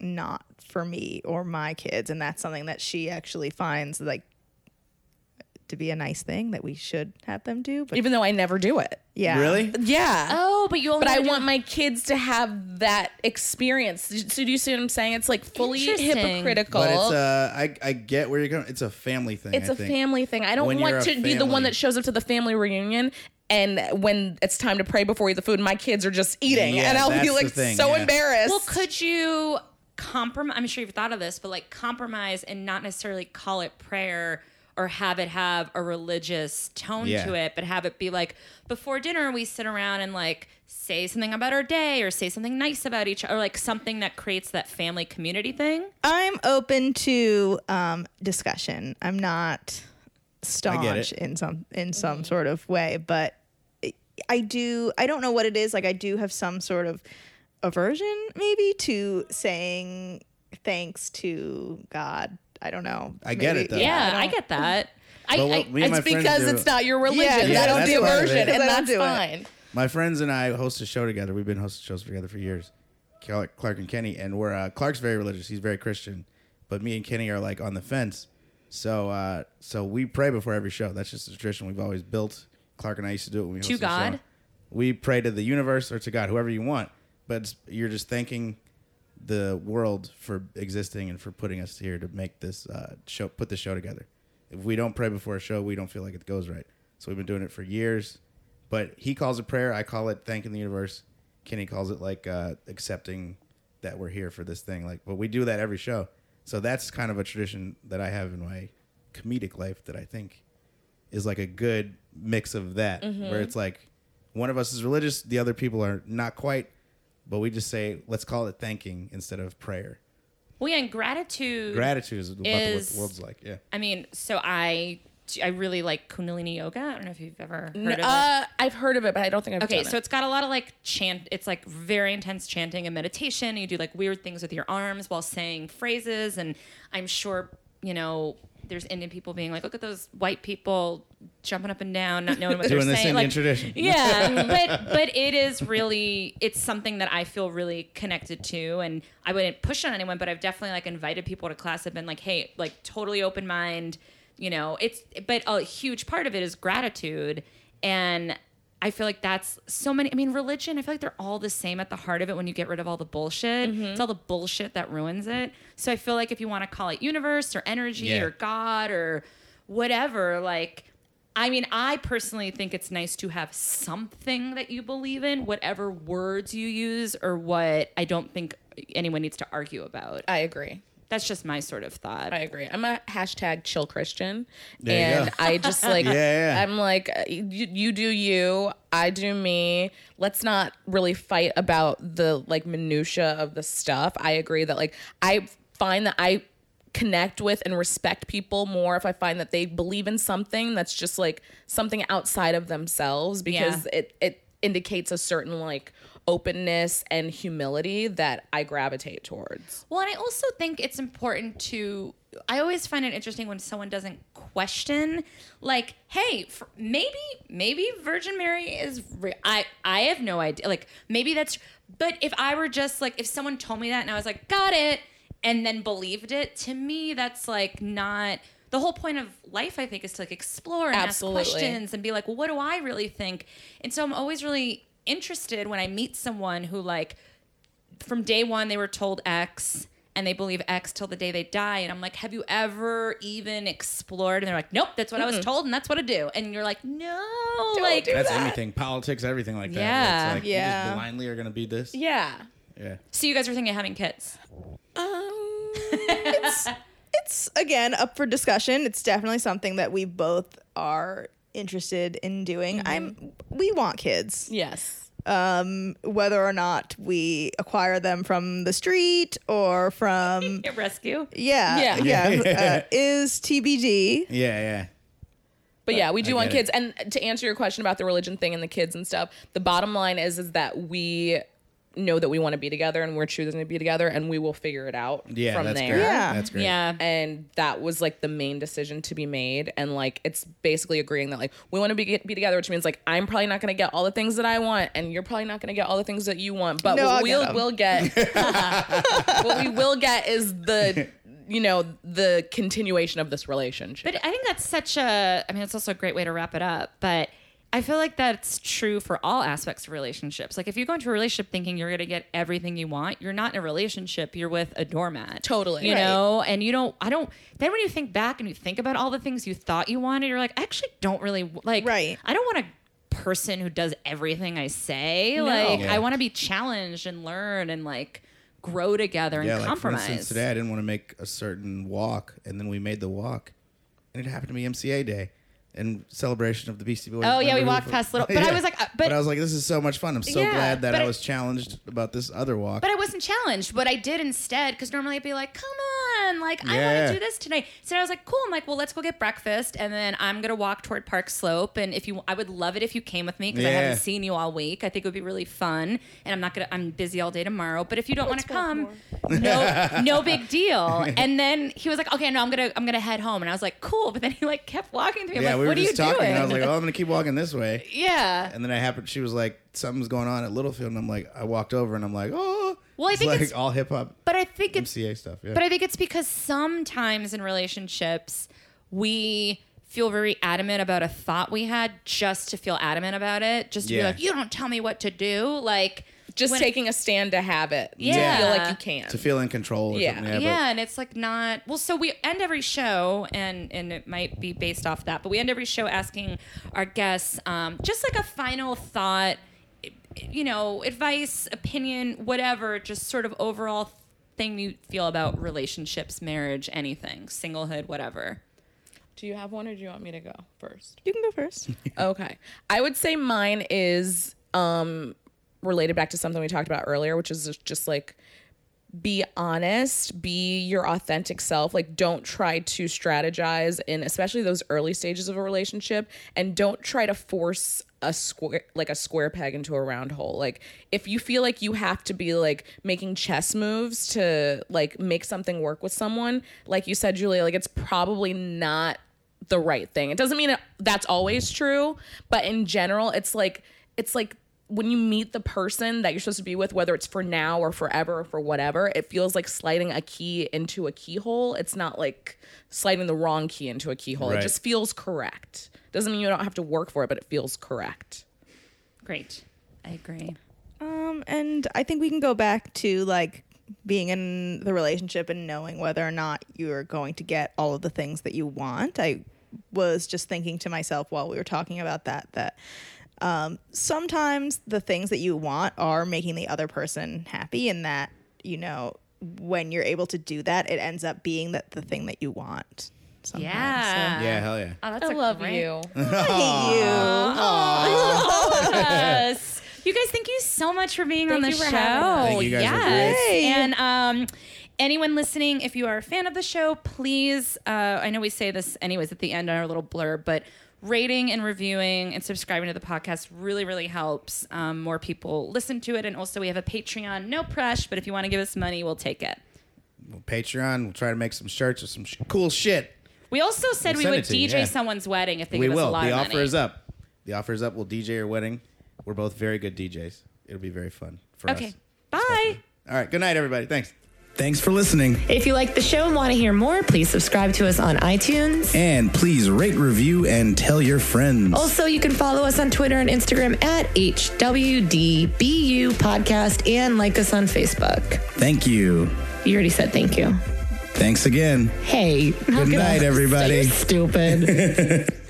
[SPEAKER 4] not for me or my kids, and that's something that she actually finds like to be a nice thing that we should have them do. But
[SPEAKER 3] Even though I never do it.
[SPEAKER 4] yeah,
[SPEAKER 1] Really?
[SPEAKER 3] Yeah.
[SPEAKER 2] Oh, but you only.
[SPEAKER 3] but I
[SPEAKER 2] wanna do-
[SPEAKER 3] want my kids to have that experience. So do you see what I'm saying? It's like fully
[SPEAKER 2] Interesting.
[SPEAKER 3] hypocritical.
[SPEAKER 1] But it's uh, I I get where you're going. It's a family thing.
[SPEAKER 3] It's
[SPEAKER 1] I
[SPEAKER 3] a
[SPEAKER 1] think.
[SPEAKER 3] family thing. I
[SPEAKER 1] When
[SPEAKER 3] don't
[SPEAKER 1] you're
[SPEAKER 3] want
[SPEAKER 1] a
[SPEAKER 3] to be the one
[SPEAKER 1] family.
[SPEAKER 3] that shows up to the family reunion and when it's time to pray before we eat the food, my kids are just eating,
[SPEAKER 1] Yeah,
[SPEAKER 3] and I'll
[SPEAKER 1] that's
[SPEAKER 3] be
[SPEAKER 1] the
[SPEAKER 3] like
[SPEAKER 1] thing,
[SPEAKER 3] so
[SPEAKER 1] yeah.
[SPEAKER 3] embarrassed.
[SPEAKER 2] Well, could you compromise? I'm sure you've thought of this, but like compromise and not necessarily call it prayer or have it have a religious tone
[SPEAKER 1] Yeah.
[SPEAKER 2] to it, but have it be like before dinner we sit around and like say something about our day or say something nice about each or like something that creates that family community thing.
[SPEAKER 4] I'm open to um, discussion. I'm not staunch
[SPEAKER 1] it.
[SPEAKER 4] in some in some sort of way, but I- I do. I don't know what it is. Like I do have some sort of aversion, maybe, to saying thanks to God. I don't know.
[SPEAKER 1] I get
[SPEAKER 4] Maybe-
[SPEAKER 1] it, though.
[SPEAKER 2] Yeah,
[SPEAKER 4] don't-
[SPEAKER 2] I, get that. I,
[SPEAKER 1] But what
[SPEAKER 2] I-
[SPEAKER 1] me and
[SPEAKER 3] it's
[SPEAKER 1] my friends
[SPEAKER 3] because
[SPEAKER 1] do-
[SPEAKER 3] it's not your religion.
[SPEAKER 4] Yeah,
[SPEAKER 1] yeah,
[SPEAKER 3] That'll
[SPEAKER 1] that's
[SPEAKER 3] be a
[SPEAKER 1] part of
[SPEAKER 3] version,
[SPEAKER 1] it.
[SPEAKER 3] and
[SPEAKER 4] I don't
[SPEAKER 3] that's
[SPEAKER 4] do it.
[SPEAKER 3] fine.
[SPEAKER 1] My friends and I host a show together. We've been hosting shows together for years, Clark Clark and Kenny. And we're uh, Clark's very religious. He's very Christian, but me and Kenny are like on the fence. So uh, so we pray before every show. That's just a tradition we've always built. Clark and I used to do it when we hosted the
[SPEAKER 2] God?
[SPEAKER 1] show. We pray to the universe or to God, whoever you want. But it's- you're just thanking the world for existing and for putting us here to make this uh, show, put the show together. If we don't pray before a show, we don't feel like it goes right. So we've been doing it for years. But he calls it prayer. I call it thanking the universe. Kenny calls it like uh, accepting that we're here for this thing. Like, but we do that every show. So that's kind of a tradition that I have in my comedic life that I think is like a good mix of that, where it's like one of us is religious, the other people are not quite, but we just say let's call it thanking instead of prayer.
[SPEAKER 2] well, yeah, and gratitude.
[SPEAKER 1] Gratitude is, about what
[SPEAKER 2] Mm. Is-
[SPEAKER 1] the world's like. Yeah,
[SPEAKER 2] I mean, so I I really like Kundalini yoga. I don't know if you've ever heard of it.
[SPEAKER 3] Uh, I've heard of it, but I don't think I've
[SPEAKER 2] Okay,
[SPEAKER 3] done
[SPEAKER 2] so
[SPEAKER 3] (laughs) it.
[SPEAKER 2] it's got a lot of like chant. It's like very intense chanting and meditation. You do like weird things with your arms while saying phrases, and I'm sure you know there's Indian people being like, "Look at those white people jumping up and down, not knowing what
[SPEAKER 1] doing
[SPEAKER 2] they're
[SPEAKER 1] this
[SPEAKER 2] saying."
[SPEAKER 1] Indian
[SPEAKER 2] Like,
[SPEAKER 1] tradition.
[SPEAKER 2] yeah, but but it is really it's something that I feel really connected to, and I wouldn't push on anyone, but I've definitely like invited people to class. I've been like, hey, like totally open mind, you know. It's but a huge part of it is gratitude, and I feel like that's so many. I mean, religion. I feel like they're all the same at the heart of it. When you get rid of all the bullshit, it's all the bullshit that ruins it. So I feel like if you want to call it universe or energy
[SPEAKER 1] Yeah.
[SPEAKER 2] or God or whatever, like I mean, I personally think it's nice to have something that you believe in, whatever words you use or what I don't think anyone needs to argue about.
[SPEAKER 3] I agree.
[SPEAKER 2] That's just my sort of thought.
[SPEAKER 3] I agree. I'm a hashtag chill Christian,
[SPEAKER 1] you
[SPEAKER 3] and
[SPEAKER 1] go.
[SPEAKER 3] I just
[SPEAKER 1] (laughs)
[SPEAKER 3] like
[SPEAKER 1] Yeah, yeah.
[SPEAKER 3] I'm like uh, you, you do you, I do me. Let's not really fight about the like minutia of the stuff. I agree that like I find that I connect with and respect people more if I find that they believe in something that's just like something outside of themselves because it it indicates a certain like openness and humility that I gravitate towards.
[SPEAKER 2] Well, and I also think it's important to. I always find it interesting when someone doesn't question, like, "Hey, fr- maybe, maybe Virgin Mary is." Re- I I have no idea. Like, maybe that's. But if I were just like, if someone told me that and I was like, "Got it," and then believed it, to me, that's like not. The whole point of life, I think, is to like explore and
[SPEAKER 3] Absolutely.
[SPEAKER 2] ask questions and be like, well, what do I really think? And so I'm always really interested when I meet someone who like from day one they were told X and they believe X till the day they die. And I'm like, have you ever even explored? And they're like, nope, that's what I was told and that's what I do. And you're like, no, like,
[SPEAKER 3] do
[SPEAKER 1] that's
[SPEAKER 3] that.
[SPEAKER 1] anything, politics, everything like that.
[SPEAKER 2] Yeah.
[SPEAKER 1] it's like, You
[SPEAKER 4] Yeah.
[SPEAKER 1] just blindly are gonna be this.
[SPEAKER 3] Yeah.
[SPEAKER 1] Yeah.
[SPEAKER 2] so you guys are thinking of having kids.
[SPEAKER 3] Um
[SPEAKER 4] It's, it's again up for discussion. It's definitely something that we both are interested in doing.
[SPEAKER 3] Mm-hmm.
[SPEAKER 4] I'm we want kids.
[SPEAKER 3] Yes.
[SPEAKER 4] Um whether or not we acquire them from the street or (laughs) from
[SPEAKER 2] Get rescue.
[SPEAKER 4] yeah,
[SPEAKER 1] Yeah.
[SPEAKER 4] yeah, uh, is TBD.
[SPEAKER 1] Yeah, yeah.
[SPEAKER 3] But yeah, we do want
[SPEAKER 1] get it.
[SPEAKER 3] kids. And to answer your question about the religion thing and the kids and stuff, the bottom line is is that we know that we want to be together and we're choosing to be together and we will figure it out
[SPEAKER 1] Yeah,
[SPEAKER 3] from
[SPEAKER 1] that's
[SPEAKER 3] there.
[SPEAKER 1] great.
[SPEAKER 4] Yeah.
[SPEAKER 1] That's great.
[SPEAKER 2] Yeah.
[SPEAKER 3] And that was like the main decision to be made. And like, it's basically agreeing that like we want to be, be together, which means like I'm probably not going to get all the things that I want, and you're probably not going to get all the things that you want. But
[SPEAKER 4] No,
[SPEAKER 3] what
[SPEAKER 4] I'll
[SPEAKER 3] we'll
[SPEAKER 4] get 'em.
[SPEAKER 3] will get, what we will get (laughs) is the, you know, the continuation of this relationship.
[SPEAKER 2] But I think that's such a, I mean, it's also a great way to wrap it up. But I feel like that's true for all aspects of relationships. Like if you go into a relationship thinking you're going to get everything you want, you're not in a relationship, you're with a doormat.
[SPEAKER 3] Totally.
[SPEAKER 2] You
[SPEAKER 3] Right.
[SPEAKER 2] know, and you don't, I don't, then when you think back and you think about all the things you thought you wanted, you're like, I actually don't really, w- like,
[SPEAKER 4] Right.
[SPEAKER 2] I don't want a person who does everything I say. Like,
[SPEAKER 1] Yeah.
[SPEAKER 2] I want to be challenged and learn and like grow together and
[SPEAKER 1] Yeah, like
[SPEAKER 2] compromise.
[SPEAKER 1] for instance, today I didn't want to make a certain walk, and then we made the walk, and it happened to be MCA Day and celebration of the Beastie Boys.
[SPEAKER 2] Oh, yeah, we
[SPEAKER 1] Remember who-
[SPEAKER 2] walked past
[SPEAKER 1] (laughs)
[SPEAKER 2] Little- but I was like, uh, but-
[SPEAKER 1] I was like, this is so much fun. I'm so
[SPEAKER 2] Yeah,
[SPEAKER 1] glad that
[SPEAKER 2] but
[SPEAKER 1] I
[SPEAKER 2] I-
[SPEAKER 1] was challenged about this other walk.
[SPEAKER 2] But I wasn't challenged. What I did instead, because normally I'd be like, come on, like, I want
[SPEAKER 1] Yeah.
[SPEAKER 2] to do this tonight. So I was like, cool. I'm like, well, let's go get breakfast. And then I'm going to walk toward Park Slope. And if you, I would love it if you came with me because I
[SPEAKER 1] Yeah.
[SPEAKER 2] haven't seen you all week. I think it would be really fun. And I'm not going to, I'm busy all day tomorrow. But if you don't want to come, no, no big
[SPEAKER 1] (laughs)
[SPEAKER 2] deal. And then he was like, okay, no, I'm going to, I'm going to head home. And I was like, cool. But then he like kept walking through. I'm
[SPEAKER 1] yeah,
[SPEAKER 2] like,
[SPEAKER 1] we were
[SPEAKER 2] what are you
[SPEAKER 1] just talking,
[SPEAKER 2] doing?
[SPEAKER 1] and I was like, oh, I'm gonna keep walking
[SPEAKER 2] (laughs)
[SPEAKER 1] this way.
[SPEAKER 2] yeah.
[SPEAKER 1] And then I happened. She was like, something's going on at Littlefield, and I'm like, I walked over, and I'm like, oh,
[SPEAKER 2] Well, I
[SPEAKER 1] it's
[SPEAKER 2] think
[SPEAKER 1] like
[SPEAKER 2] it's-
[SPEAKER 1] all hip hop
[SPEAKER 2] But I think it's
[SPEAKER 1] MCA stuff. Yeah,
[SPEAKER 2] But I think it's because sometimes in relationships, we feel very adamant about a thought we had just to feel adamant about it, just to
[SPEAKER 1] Yeah.
[SPEAKER 2] be like, you don't tell me what to do. Like,
[SPEAKER 3] Just
[SPEAKER 2] when-
[SPEAKER 3] taking a stand to have it.
[SPEAKER 2] Yeah.
[SPEAKER 3] To feel like you can.
[SPEAKER 1] to feel in control. Or
[SPEAKER 3] Yeah.
[SPEAKER 1] something.
[SPEAKER 2] Yeah,
[SPEAKER 1] but-
[SPEAKER 2] and it's like not well. So we end every show, and and it might be based off that, but we end every show asking our guests um, just like a final thought, you know, advice, opinion, whatever, just sort of overall thing you feel about relationships, marriage, anything, singlehood, whatever.
[SPEAKER 3] Do you have one or do you want me to go first?
[SPEAKER 4] You can go first.
[SPEAKER 3] okay. I would say mine is um related back to something we talked about earlier, which is just- just like be honest, be your authentic self. Like don't try to strategize in especially those early stages of a relationship and don't try to force a square like a square peg into a round hole. Like if you feel like you have to be like making chess moves to like make something work with someone, like you said Julia, like it's probably not the right thing. It doesn't mean it, that's always true, but in general, it's like it's like when you meet the person that you're supposed to be with, whether it's for now or forever or for whatever, it feels like sliding a key into a keyhole. It's not like sliding the wrong key into a keyhole.
[SPEAKER 1] Right.
[SPEAKER 3] It just feels correct. Doesn't mean you don't have to work for it, but it feels correct.
[SPEAKER 2] Great. I agree.
[SPEAKER 4] Um, and I think we can go back to like being in the relationship and knowing whether or not you're going to get all of the things that you want. I was just thinking to myself while we were talking about that that um, sometimes the things that you want are making the other person happy, and that you know when you're able to do that, it ends up being that the thing that you want. Sometimes.
[SPEAKER 2] Yeah.
[SPEAKER 1] yeah, hell yeah.
[SPEAKER 2] Oh, that's a great-
[SPEAKER 4] So, I hate you.
[SPEAKER 2] Yes. (laughs) You guys, thank you so much for being on the
[SPEAKER 3] you for
[SPEAKER 2] show.
[SPEAKER 3] having us.
[SPEAKER 1] Thank you guys, you're
[SPEAKER 2] yes.
[SPEAKER 4] great. Yay.
[SPEAKER 2] And um, anyone listening, if you are a fan of the show, please, uh, I know we say this anyways at the end on our little blurb, but rating and reviewing and subscribing to the podcast really, really helps um, more people listen to it. And also, we have a Patreon, no press, but if you want to give us money, we'll take it.
[SPEAKER 1] Well, Patreon. We'll try to make some shirts or some sh- cool shit.
[SPEAKER 2] We also said
[SPEAKER 1] We'll
[SPEAKER 2] we
[SPEAKER 1] send
[SPEAKER 2] would
[SPEAKER 1] it to
[SPEAKER 2] DJ
[SPEAKER 1] you, yeah.
[SPEAKER 2] someone's wedding if they
[SPEAKER 1] we
[SPEAKER 2] give us a
[SPEAKER 1] will.
[SPEAKER 2] lot
[SPEAKER 1] the
[SPEAKER 2] of
[SPEAKER 1] offer
[SPEAKER 2] money.
[SPEAKER 1] is up. The offer is up. We'll DJ your wedding. We're both very good DJs. It'll be very fun for us.
[SPEAKER 2] Okay. Bye.
[SPEAKER 1] All right. Good night, everybody. Thanks. Thanks for listening.
[SPEAKER 5] If you like the show and want to hear more, please subscribe to us on iTunes.
[SPEAKER 1] And please rate, review, and tell your friends.
[SPEAKER 2] Oh.
[SPEAKER 5] Also, you can follow us on Twitter and Instagram at HWDBU Podcast and like us on Facebook.
[SPEAKER 1] Thank you.
[SPEAKER 5] You already said thank you.
[SPEAKER 1] Thanks again. (laughs)
[SPEAKER 5] Hey, good
[SPEAKER 1] night, everybody.
[SPEAKER 5] Stupid.